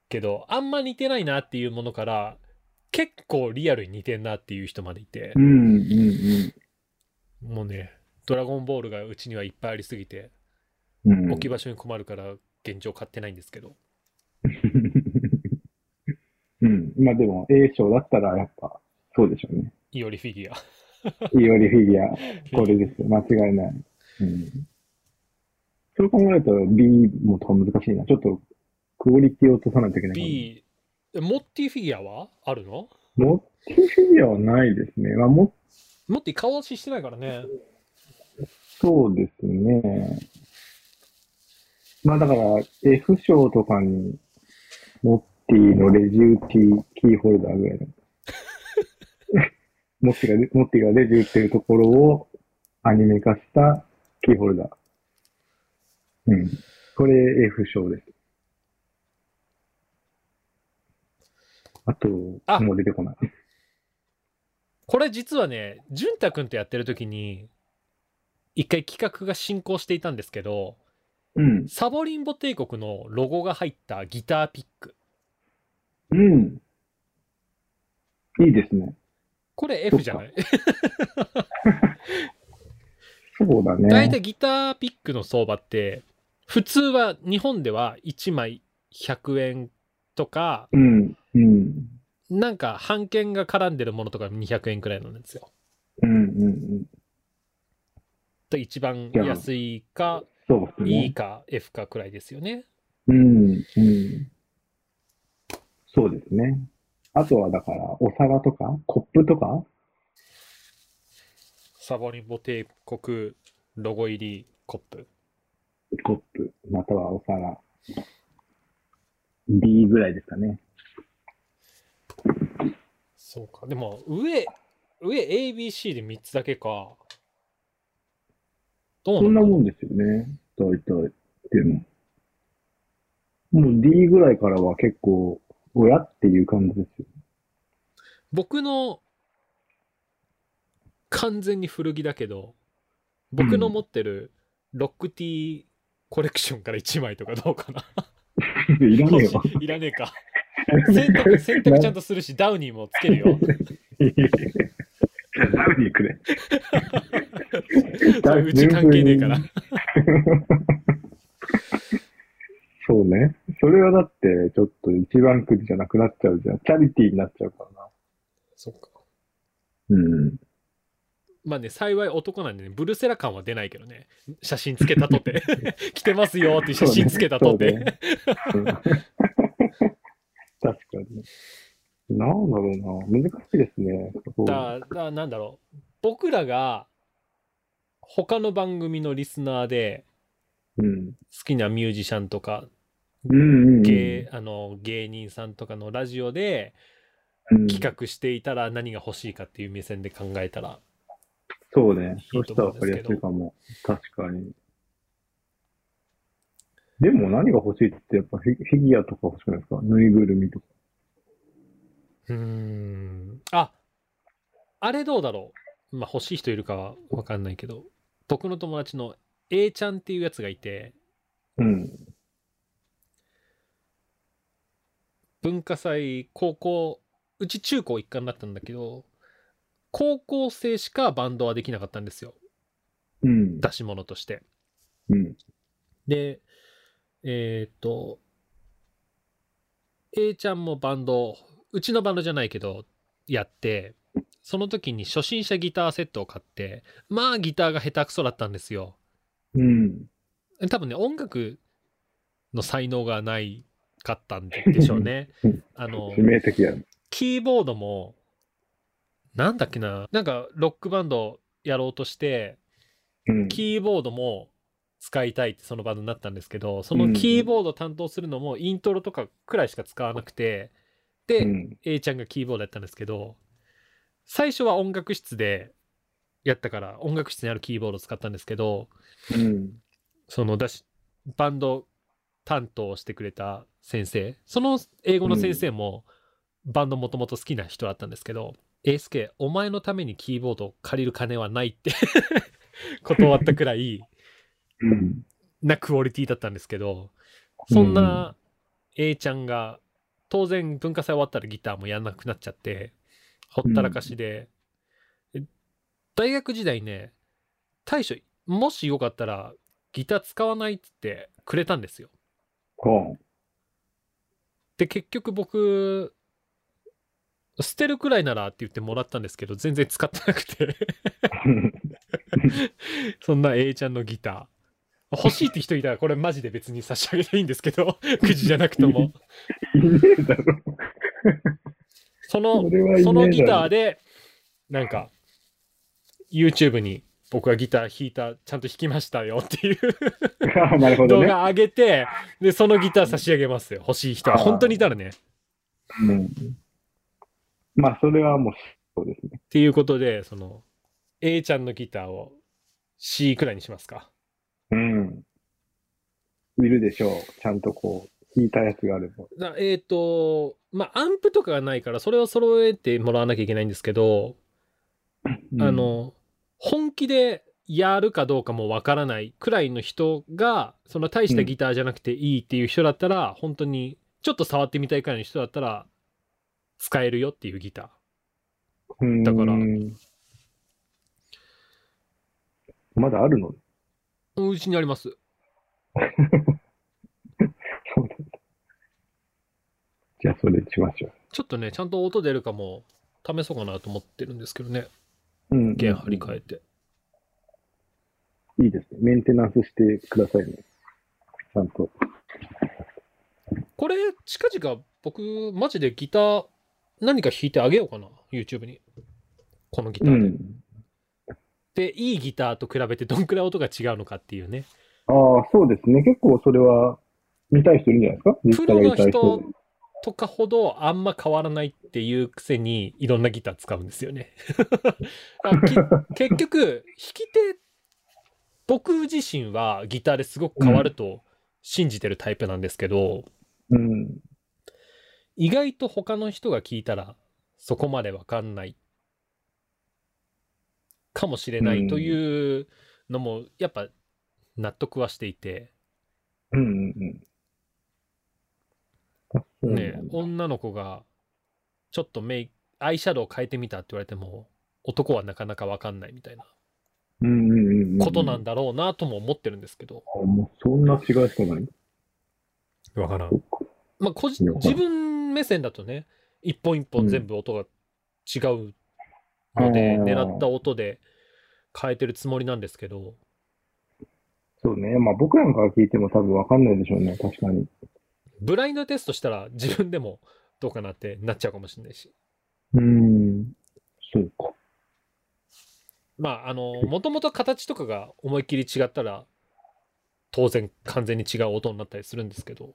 [SPEAKER 1] けど、あんま似てないなっていうものから、結構リアルに似てんなっていう人までいて
[SPEAKER 2] う、ん、うん、うん
[SPEAKER 1] もうね、ドラゴンボールがうちにはいっぱいありすぎて、。
[SPEAKER 2] うん
[SPEAKER 1] 置き場所に困るから現状買ってないんですけど。
[SPEAKER 2] うん。まあでも、A 賞だったらやっぱ、そうでしょうね。
[SPEAKER 1] いおりフィギュア。
[SPEAKER 2] いおりフィ ギュア、これですよ。間違いない。うん。それ考えると B もとか難しいな。ちょっと、クオリティを落とさないといけないかも。
[SPEAKER 1] B、モッティフィギュアはあるの
[SPEAKER 2] モッティフィギュアはないですね。まあ、も
[SPEAKER 1] モッティ顔出ししてないからね。
[SPEAKER 2] そうですね。まあだから F 賞とかに、モッティのレジ打ちキーホルダーぐらいの。 モッティが、モッティがレジ打ってるところをアニメ化したキーホルダー。うん。これ F 賞です。あと、
[SPEAKER 1] あ
[SPEAKER 2] もう出てこない。
[SPEAKER 1] これ実はね、潤太くんとやってる時に、一回企画が進行していたんですけど、
[SPEAKER 2] うん。
[SPEAKER 1] サボリンボ帝国のロゴが入ったギターピック。
[SPEAKER 2] うん。いいですね。
[SPEAKER 1] これ F じゃない
[SPEAKER 2] そうだね。
[SPEAKER 1] 大体ギターピックの相場って、普通は日本では1枚100円とか、
[SPEAKER 2] うん、うん、
[SPEAKER 1] なんか版権が絡んでるものとか200円くらいなんですよ。
[SPEAKER 2] うん、うんうん。
[SPEAKER 1] と一番安いか、
[SPEAKER 2] そうですね。
[SPEAKER 1] E か F かくらいですよね。
[SPEAKER 2] うん、うん。そうですね。あとはだから、お皿とか、コップとか、
[SPEAKER 1] サボリンボ帝国ロゴ入りコップ。
[SPEAKER 2] コップ、またはお皿。B ぐらいですかね。
[SPEAKER 1] そうか。でも上、上 ABC で3つだけか。どう
[SPEAKER 2] そん
[SPEAKER 1] な
[SPEAKER 2] な
[SPEAKER 1] の
[SPEAKER 2] もんですよね。大体。でも。もう D ぐらいからは結構、親っていう感じですよ。
[SPEAKER 1] 僕の完全に古着だけど、僕の持ってるロックティーコレクションから1枚とかどうかな。
[SPEAKER 2] いらねえわ。
[SPEAKER 1] いらねえか。洗濯、洗濯ちゃんとするし、ダウニーもつける よ。
[SPEAKER 2] ダウニーくれ。
[SPEAKER 1] それうち関係ねえから。
[SPEAKER 2] そうね。それはだって、ちょっと一番くじじゃなくなっちゃうじゃん。チャリティーになっちゃうからな。
[SPEAKER 1] そっか。
[SPEAKER 2] うん。
[SPEAKER 1] まあね、幸い男なんでね、ブルセラ感は出ないけどね、写真つけたと て、着てますよっていう写真つけたとて、
[SPEAKER 2] そうねうん 確かに。なんだろうな。難しいですね。そ う
[SPEAKER 1] だだなんだろう僕らが他の番組のリスナーで
[SPEAKER 2] うん。
[SPEAKER 1] 好きなミュージシャンとか
[SPEAKER 2] うんうんうん。
[SPEAKER 1] 芸,、あの芸人さんとかのラジオで
[SPEAKER 2] うん
[SPEAKER 1] 企画していたら何が欲しいかっていう目線で考えたら、
[SPEAKER 2] そうね。
[SPEAKER 1] い
[SPEAKER 2] そ
[SPEAKER 1] いうと
[SPEAKER 2] したら
[SPEAKER 1] 思うん
[SPEAKER 2] 分
[SPEAKER 1] で
[SPEAKER 2] か
[SPEAKER 1] すけ
[SPEAKER 2] りや
[SPEAKER 1] ど
[SPEAKER 2] すいかも。確かに。でも何が欲しいってやっぱフィフィギュアとか欲しくないですかぬいぐるみとか。
[SPEAKER 1] うーんああれどうだろうまあ欲しい人いるかは分かんないけど僕の友達の A ちゃんっていうやつがいて
[SPEAKER 2] うん。
[SPEAKER 1] 文化祭高校うち中高一貫だったんだけど高校生しかバンドはできなかったんですよ
[SPEAKER 2] うん。
[SPEAKER 1] 出し物として
[SPEAKER 2] うん。
[SPEAKER 1] でえーっと A ちゃんもバンドうちのバンドじゃないけどやってその時に初心者ギターセットを買ってまあギターが下手くそだったんですよ
[SPEAKER 2] うん。
[SPEAKER 1] 多分ね音楽の才能がないかったんでしょうねあの
[SPEAKER 2] 致命的やん。
[SPEAKER 1] キーボードもなんだっけななんかロックバンドやろうとして
[SPEAKER 2] うん。
[SPEAKER 1] キーボードも使いたいってそのバンドになったんですけどそのキーボード担当するのもイントロとかくらいしか使わなくてで、
[SPEAKER 2] うん。
[SPEAKER 1] A ちゃんがキーボードやったんですけど最初は音楽室でやったから音楽室にあるキーボードを使ったんですけど
[SPEAKER 2] うん。
[SPEAKER 1] そのだしバンド担当をしてくれた先生その英語の先生もバンドもともと好きな人だったんですけど「エースケお前のためにキーボードを借りる金はない」って 断ったくらい
[SPEAKER 2] うん。
[SPEAKER 1] なクオリティだったんですけどそんな A ちゃんが当然文化祭終わったらギターもやんなくなっちゃってほったらかしで、で大学時代ね大将もしよかったらギター使わないっつってくれたんですよ
[SPEAKER 2] こ
[SPEAKER 1] で結局僕捨てるくらいならって言ってもらったんですけど全然使ってなくて
[SPEAKER 2] う。
[SPEAKER 1] そんな A ちゃんのギター欲しいって人いたらこれマジで別に差し上げていいんですけど くじじゃなくとも
[SPEAKER 2] いねえだろ。
[SPEAKER 1] その
[SPEAKER 2] それはいねえだろ
[SPEAKER 1] そのギターで、なんか、YouTube に僕がギター弾いた、ちゃんと弾きましたよっていう
[SPEAKER 2] ああ、なるほど
[SPEAKER 1] 動
[SPEAKER 2] ね。
[SPEAKER 1] 画上げ て、で、そのギター差し上げますよ。欲しい人は。
[SPEAKER 2] あー
[SPEAKER 1] 本当にいたらね。っ
[SPEAKER 2] うん。まあ、それはもう、そうですね。
[SPEAKER 1] ていうことで、その、A ちゃんのギターを C くらいにしますか。
[SPEAKER 2] うん。いるでしょう。ちゃんとこう、弾いたやつがあれば。
[SPEAKER 1] だえっ、と、まあ、アンプとかがないから、それを揃えてもらわなきゃいけないんですけど、
[SPEAKER 2] うん
[SPEAKER 1] あ、の、本気でやるかどうかもわからないくらいの人が、その大したギターじゃなくていいっていう人だったら、本当にちょっと触ってみたいくらいの人だったら、使えるよっていうギター。
[SPEAKER 2] うん
[SPEAKER 1] だから。
[SPEAKER 2] まだあるの
[SPEAKER 1] うんうちにあります。
[SPEAKER 2] そうだじゃあ、それしましょ
[SPEAKER 1] ちょっとね、ちゃんと音出るかも試そうかなと思ってるんですけどね。
[SPEAKER 2] う。うん。
[SPEAKER 1] 弦張り替えて。
[SPEAKER 2] いいですね。メンテナンスしてくださいね。ちゃんと。
[SPEAKER 1] これ、近々僕、マジでギター何か弾いてあげようかな。YouTube に。このギターで。。で、いいギターと比べてどんくらい音が違うのかっていうね。
[SPEAKER 2] ああ、そうですね。結構それは、見たい人いるんじゃないですか実
[SPEAKER 1] プ
[SPEAKER 2] 際
[SPEAKER 1] ロ
[SPEAKER 2] が
[SPEAKER 1] の
[SPEAKER 2] いたい人
[SPEAKER 1] 人。とかほどあんま変わらないっていうくせにいろんなギター使うんですよ ね。あき結局弾き手僕自身はギターですごく変わると信じてるタイプなんですけど、
[SPEAKER 2] うん。
[SPEAKER 1] 意外と他の人が聞いたらそこまでわかんないかもしれないというのもやっぱ納得はしていて、
[SPEAKER 2] うんうんうん。あそうなんだ
[SPEAKER 1] ね、女の子がちょっとメイアイシャドウ変えてみたって言われても男はなかなか分かんないみたいな
[SPEAKER 2] うんうんうんうん。
[SPEAKER 1] ことなんだろうなとも思ってるんですけど、
[SPEAKER 2] あもうそんな違いしかない。
[SPEAKER 1] 分からん
[SPEAKER 2] そっか
[SPEAKER 1] まあ個人
[SPEAKER 2] いやわかんない
[SPEAKER 1] 自分目線だとね一本一本全部音が違うので、
[SPEAKER 2] うん
[SPEAKER 1] 狙った音で変えてるつもりなんですけど、
[SPEAKER 2] そうね。まあ僕なんかが聞いても多分わかんないでしょうね。確かに。
[SPEAKER 1] ブラインドテストしたら自分でもどうかなってなっちゃうかもしれないし。
[SPEAKER 2] うん。そうか。
[SPEAKER 1] まあ、あの、もともと形とかが思いっきり違ったら、当然完全に違う音になったりするんですけど、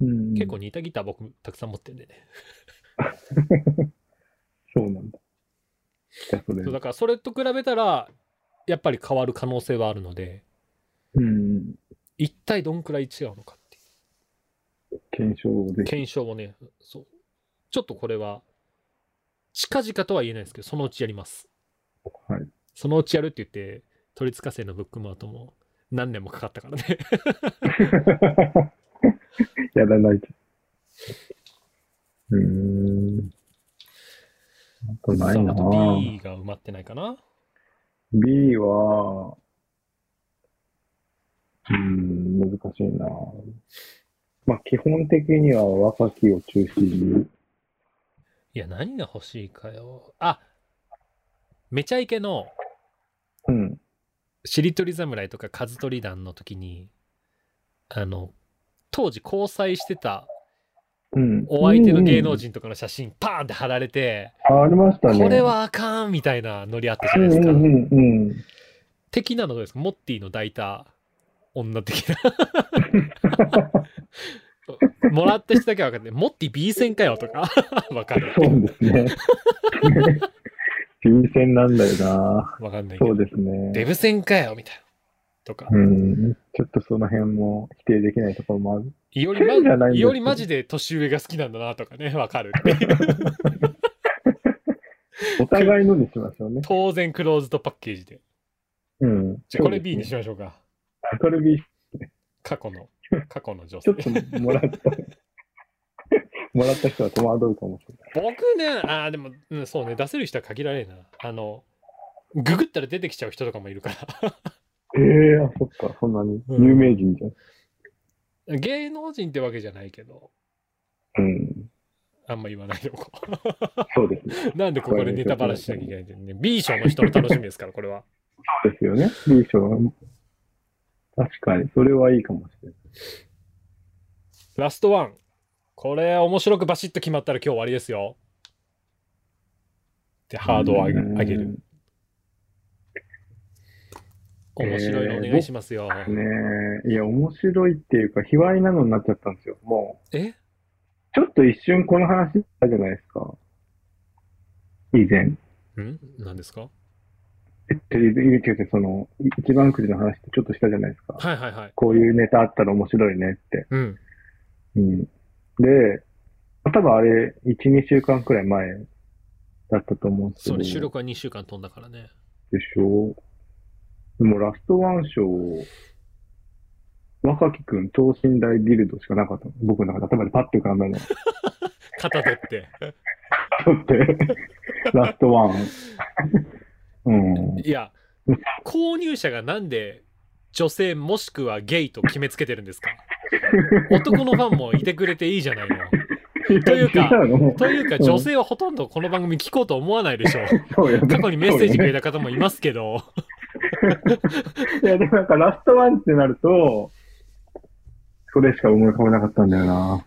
[SPEAKER 2] うん。
[SPEAKER 1] 結構似たギター僕たくさん持ってるんでね。
[SPEAKER 2] そうなんだ。じゃあそれ
[SPEAKER 1] そう。だからそれと比べたら、やっぱり変わる可能性はあるので、
[SPEAKER 2] うん。
[SPEAKER 1] 一体どんくらい違うのかってい
[SPEAKER 2] 検証をぜ
[SPEAKER 1] う
[SPEAKER 2] ひ。
[SPEAKER 1] 検証もね、そう。ちょっとこれは、近々とは言えないですけど、そのうちやります。
[SPEAKER 2] はい。
[SPEAKER 1] そのうちやるって言って、都立火星のブックマートも何年もかかったからね。
[SPEAKER 2] やらないと。うーん。あとない
[SPEAKER 1] そう
[SPEAKER 2] な
[SPEAKER 1] あと B が埋まってないかな。
[SPEAKER 2] B は、うーん、難しいな。まあ、基本的には若きを中心に。
[SPEAKER 1] いや、何が欲しいかよ。あめちゃイケの
[SPEAKER 2] うん。
[SPEAKER 1] しりとり侍とか数取り団の時に、あの、当時交際してた
[SPEAKER 2] うん。
[SPEAKER 1] お相手の芸能人とかの写真パーンって貼られて、
[SPEAKER 2] うん。あありましたね。
[SPEAKER 1] これはあかんみたいなノリあったじゃ
[SPEAKER 2] う
[SPEAKER 1] ないで
[SPEAKER 2] んう
[SPEAKER 1] すか。
[SPEAKER 2] んうんうん。
[SPEAKER 1] 的なのどうですかモッティの抱いた女 的な。もらった人だけは分かって、モッティ B 線かよとか、 分かる。
[SPEAKER 2] そうですね。 優先なんだよな。
[SPEAKER 1] 分かんないけ
[SPEAKER 2] そう
[SPEAKER 1] ど。
[SPEAKER 2] ですね。
[SPEAKER 1] デブ線かよみたいな。とか。
[SPEAKER 2] うん。ちょっとその辺も否定できないところもある。
[SPEAKER 1] いおりま、
[SPEAKER 2] 変じゃ ないんですけど
[SPEAKER 1] いおりマジで年上が好きなんだなとかね、わ かるっていう。
[SPEAKER 2] お互いのにしましょうね。
[SPEAKER 1] 当然クローズドパッケージで。
[SPEAKER 2] うん。
[SPEAKER 1] じゃあこれ B にし
[SPEAKER 2] よ
[SPEAKER 1] ましょうか。
[SPEAKER 2] う。これ B、
[SPEAKER 1] 過去 の、過去の女
[SPEAKER 2] ち
[SPEAKER 1] 性
[SPEAKER 2] ょっ。ともらった。 もらった人は戸惑うかもしれない。
[SPEAKER 1] 僕ね、ああ、でも、うん、そうね、出せる人は限られるな。あの、ググったら出てきちゃう人とかもいるから。
[SPEAKER 2] ええー、あ、そっか、そんなに。
[SPEAKER 1] うん
[SPEAKER 2] 有名人じゃん。
[SPEAKER 1] 芸能人ってわけじゃないけど、
[SPEAKER 2] うん。
[SPEAKER 1] あんま言わないでおこ
[SPEAKER 2] そうですね。
[SPEAKER 1] う。 なんでここでネタバラしなきゃいけないんだよね。B 賞の人の楽しみですから、これは。
[SPEAKER 2] そうですよね。B 賞。確かに、それはいいかもしれない。
[SPEAKER 1] ラストワン。これ、面白くバシッと決まったら今日終わりですよ。で、ハードを上げ上げる。
[SPEAKER 2] うん
[SPEAKER 1] 面白いのお願いしますよ。
[SPEAKER 2] うん。ねえ、いや、面白いっていうか、卑猥なのになっちゃったんですよ。もう、
[SPEAKER 1] え
[SPEAKER 2] ちょっと一瞬この話したじゃないですか。以前。
[SPEAKER 1] ん何ですか
[SPEAKER 2] えっと、違う違う、その、い一番くじの話ってちょっとしたじゃないですか。
[SPEAKER 1] はいはいはい。
[SPEAKER 2] こういうネタあったら面白いねって。
[SPEAKER 1] うん。
[SPEAKER 2] うん。で、多分あれ、1、2週間くらい前だったと思うんですけ
[SPEAKER 1] そ
[SPEAKER 2] ど。
[SPEAKER 1] れ収録は2週間飛んだからね。
[SPEAKER 2] でしょでもラストワン賞、若木くん、等身大ビルドしかなかった。僕の中で頭でパッと浮かんだの。
[SPEAKER 1] 肩取って。
[SPEAKER 2] だって、ラストワン。うん。
[SPEAKER 1] いや、購入者がなんで女性もしくはゲイと決めつけてるんですか男のファンもいてくれていいじゃないの。というか
[SPEAKER 2] 違の
[SPEAKER 1] というか、女性はほとんどこの番組聞こうと思わないでしょ う。
[SPEAKER 2] そうよね
[SPEAKER 1] 過去にメッセージくれた方もいますけど。
[SPEAKER 2] いや、でもなんかラストワンってなると、それしか思い浮かばなかったんだよな。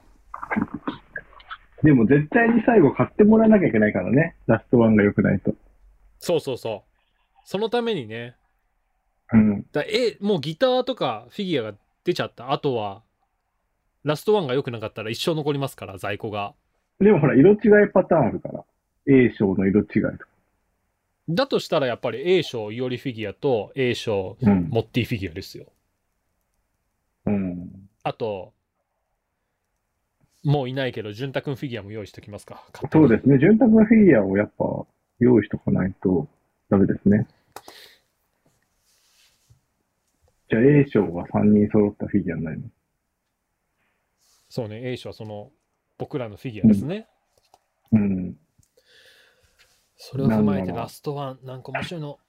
[SPEAKER 2] でも絶対に最後買ってもらわなきゃいけないからね。ラストワンが良くないと。
[SPEAKER 1] そうそうそう。そのためにね、
[SPEAKER 2] うん。
[SPEAKER 1] だえ、もうギターとかフィギュアが出ちゃった。あとは、ラストワンが良くなかったら一生残りますから、在庫が。
[SPEAKER 2] でもほら、色違いパターンあるから。A 賞の色違いとか。
[SPEAKER 1] だとしたらやっぱり A 賞イオリフィギュアと A 賞
[SPEAKER 2] うん。
[SPEAKER 1] モッティフィギュアですよ。
[SPEAKER 2] うん。
[SPEAKER 1] あと、もういないけど、潤太くんフィギュアも用意しておきますか。勝手
[SPEAKER 2] そ
[SPEAKER 1] に
[SPEAKER 2] うですね。潤沢なフィギュアをやっぱ用意しとかないとダメですね。じゃあ A 賞が3人揃ったフィギュアになります。
[SPEAKER 1] そうね、A 賞はその、僕らのフィギュアですね。
[SPEAKER 2] うん。
[SPEAKER 1] それを踏まえ
[SPEAKER 2] な
[SPEAKER 1] て
[SPEAKER 2] んだろう
[SPEAKER 1] ラストワン、なんか面白いの。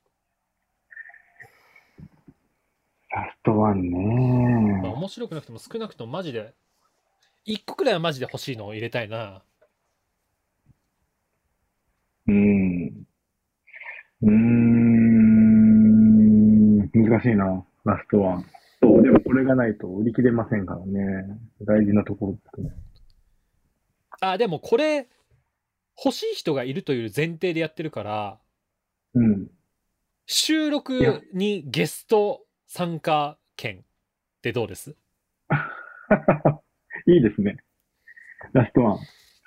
[SPEAKER 2] ラストワンね
[SPEAKER 1] まあ、面白くなくても少なくともマジで、一個くらいはマジで欲しいのを入れたいな。
[SPEAKER 2] うーん。うーん。難しいな、ラストワン。そう、でもこれがないと売り切れませんからね。大事なところですね。
[SPEAKER 1] あでもこれ欲しい人がいるという前提でやってるから
[SPEAKER 2] うん。
[SPEAKER 1] 収
[SPEAKER 2] いや
[SPEAKER 1] 録にゲスト参加券ってどうです
[SPEAKER 2] いいですね。ラストワン。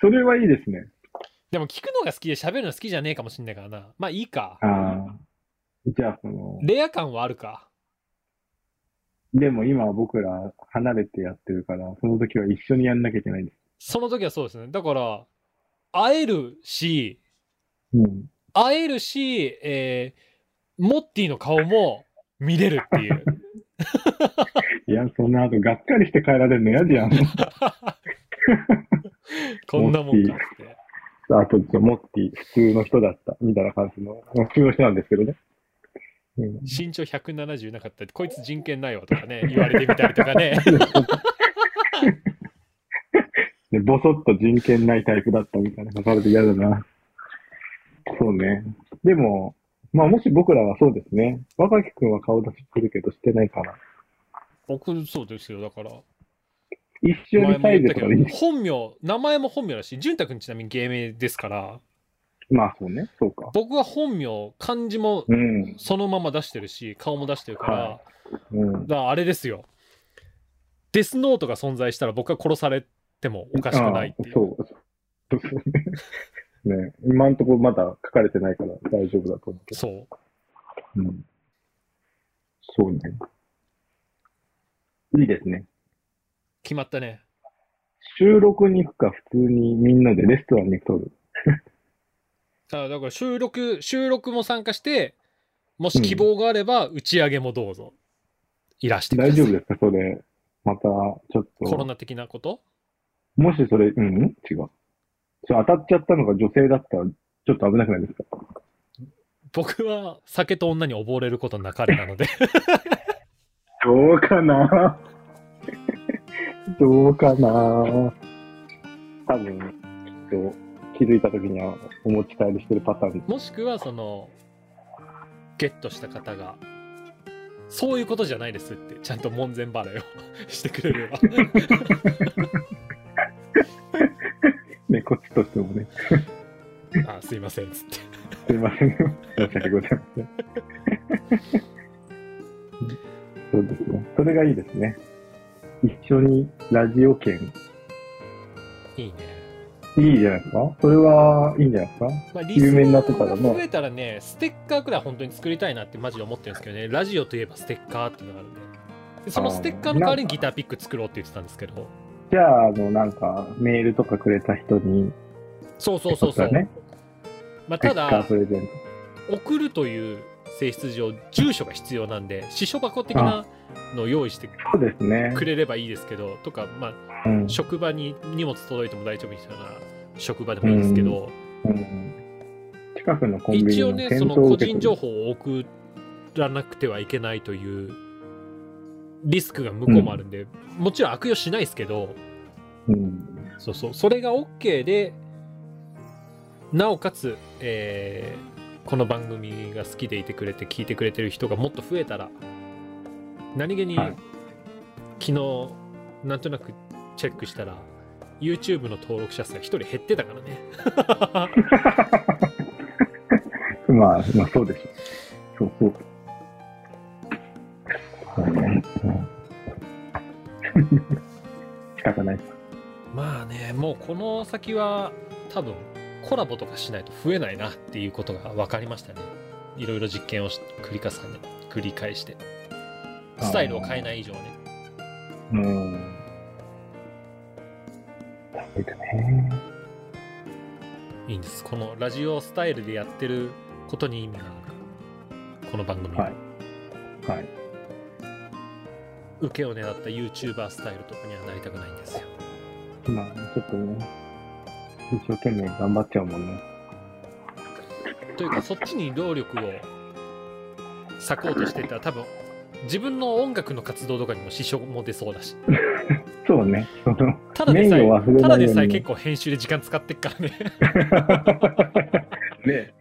[SPEAKER 2] それはいいですね。
[SPEAKER 1] でも聞くのが好きで喋るの好きじゃねえかもしんないからなまあいいか
[SPEAKER 2] ああ。じゃあ、その、
[SPEAKER 1] レア感はあるか
[SPEAKER 2] でも今は僕ら離れてやってるから、その時は一緒にやんなきゃいけないんです。
[SPEAKER 1] その時はそうですねだから会えるし
[SPEAKER 2] うん。
[SPEAKER 1] 会えるし、えーモッティの顔も見れるって いう
[SPEAKER 2] いや、その後、がっかりして帰られるの嫌じゃん。
[SPEAKER 1] こんなもんかっつって
[SPEAKER 2] あと、モッティ、普通の人だった、みたいな感じの、普通の人なんですけどね。うん、
[SPEAKER 1] 身長170なかったりこいつ人権ないわとかね言われてみたりとか ね
[SPEAKER 2] で、ボソッと人権ないタイプだったみたいな書かれて嫌だな。そうね。でも、まあもし僕らはそうですね。若木くんは顔出ししてるけどしてないかな。
[SPEAKER 1] 僕そうですよだから
[SPEAKER 2] 一緒
[SPEAKER 1] 前
[SPEAKER 2] に
[SPEAKER 1] も
[SPEAKER 2] サイ
[SPEAKER 1] 言った
[SPEAKER 2] ズと
[SPEAKER 1] け
[SPEAKER 2] か
[SPEAKER 1] ど
[SPEAKER 2] でいいんじ
[SPEAKER 1] 本名名前も本名だし潤太君ちなみに芸名ですから
[SPEAKER 2] ゃんまあそうね。そうか。
[SPEAKER 1] 僕は本名漢字も
[SPEAKER 2] うん。
[SPEAKER 1] そのまま出してるし顔も出してるから、
[SPEAKER 2] はうん。
[SPEAKER 1] だからあれですよデスノートが存在したら僕は殺されてもおかしくないってい
[SPEAKER 2] ああ
[SPEAKER 1] う
[SPEAKER 2] そう。そうそうね。 ね今んところまだ書かれてないから大丈夫だと思うけど。
[SPEAKER 1] そう
[SPEAKER 2] うん。そうね。いいですね。
[SPEAKER 1] 決まったね
[SPEAKER 2] 収録に行くか、普通にみんなでレストランに行くとる。
[SPEAKER 1] あだから収録収録も参加してもし希望があれば打ち上げもどうぞ、いらしてくださ
[SPEAKER 2] 大
[SPEAKER 1] い
[SPEAKER 2] 丈夫ですかそれ。また、ちょっ
[SPEAKER 1] コロ
[SPEAKER 2] と。
[SPEAKER 1] ナ的なこと
[SPEAKER 2] もしそれ、うん違う。それ当たっちゃったのが女性だったら、ちょっと危なくないですか
[SPEAKER 1] 僕は酒と女に溺れることなかれなの で
[SPEAKER 2] どうかな どうかな多分、きっと、気づいた時にはお持ち帰りしてるパターンです。
[SPEAKER 1] もしくはそのゲットした方がそういうことじゃないですってちゃんと門前払いを してくれれば
[SPEAKER 2] ね、こっちとしてもね、
[SPEAKER 1] あすいませんっつって
[SPEAKER 2] すいません。申し訳ございません。そうですね。それがいいですね。一緒にラジオ券
[SPEAKER 1] いいね、
[SPEAKER 2] いいじゃないですかそれはいいんじゃないですか
[SPEAKER 1] まあ、リ
[SPEAKER 2] 有
[SPEAKER 1] スナ
[SPEAKER 2] 名になって
[SPEAKER 1] ー
[SPEAKER 2] た
[SPEAKER 1] が
[SPEAKER 2] らね
[SPEAKER 1] 増えたらねステッカーくらい本当に作りたいなってマジで思ってるんですけどねラジオといえばステッカーっていうのがあるんででそのステッカーの代わりにギターピック作ろうって言ってたんですけど
[SPEAKER 2] じゃあ、あの、なんか、メールとかくれた人に、
[SPEAKER 1] そうそうそうそう、
[SPEAKER 2] ってことだね
[SPEAKER 1] まあ、
[SPEAKER 2] ステ
[SPEAKER 1] た
[SPEAKER 2] ッカー
[SPEAKER 1] だ
[SPEAKER 2] プレゼン
[SPEAKER 1] 送るという性質上住所が必要なんで私書箱的なのを用意して
[SPEAKER 2] ト。そうですね。
[SPEAKER 1] くれればいいですけどとか、まあ、
[SPEAKER 2] うん。
[SPEAKER 1] 職場に荷物届いても大丈夫にしたら職場でもいいんですけど、
[SPEAKER 2] うん近くのコンビニ
[SPEAKER 1] 一応
[SPEAKER 2] の
[SPEAKER 1] ね
[SPEAKER 2] 店
[SPEAKER 1] その
[SPEAKER 2] 頭を
[SPEAKER 1] 個
[SPEAKER 2] 受け
[SPEAKER 1] 人
[SPEAKER 2] 取
[SPEAKER 1] 情
[SPEAKER 2] る。
[SPEAKER 1] 報を送らなくてはいけないというリスクが向こうもあるんで、もちろん悪用しないですけど
[SPEAKER 2] うん。
[SPEAKER 1] そうそうそれが OK でなおかつ、えーこの番組が好きでいてくれて聞いてくれてる人がもっと増えたら何気に、
[SPEAKER 2] はい
[SPEAKER 1] 昨日なんとなくチェックしたら YouTube の登録者数が1人減ってたからね
[SPEAKER 2] まあ、まあ、そうでしょ。そうそう。そうね。うん仕方ない。
[SPEAKER 1] まあねもうこの先は多分コラボとかしないと増えないなっていうことが分かりましたねいろいろ実験をし繰り重ね繰り返して スタイルを変えない以上ね
[SPEAKER 2] うん。そうだね。
[SPEAKER 1] いいんですこのラジオスタイルでやってることに意味があるこの番組は、
[SPEAKER 2] はいはい。
[SPEAKER 1] 受けを狙った YouTuber スタイルとかにはなりたくないんですよ
[SPEAKER 2] まあ、ちょっとね、一生懸命頑張っちゃうもんね。
[SPEAKER 1] というかそっちに労力を割こうとしてたら多分自分の音楽の活動とかにも支障も出そうだし
[SPEAKER 2] そうね。その
[SPEAKER 1] ただで さ
[SPEAKER 2] メインを忘れないよう
[SPEAKER 1] え
[SPEAKER 2] に
[SPEAKER 1] ただでさえ結構編集で時間使ってっからね
[SPEAKER 2] ね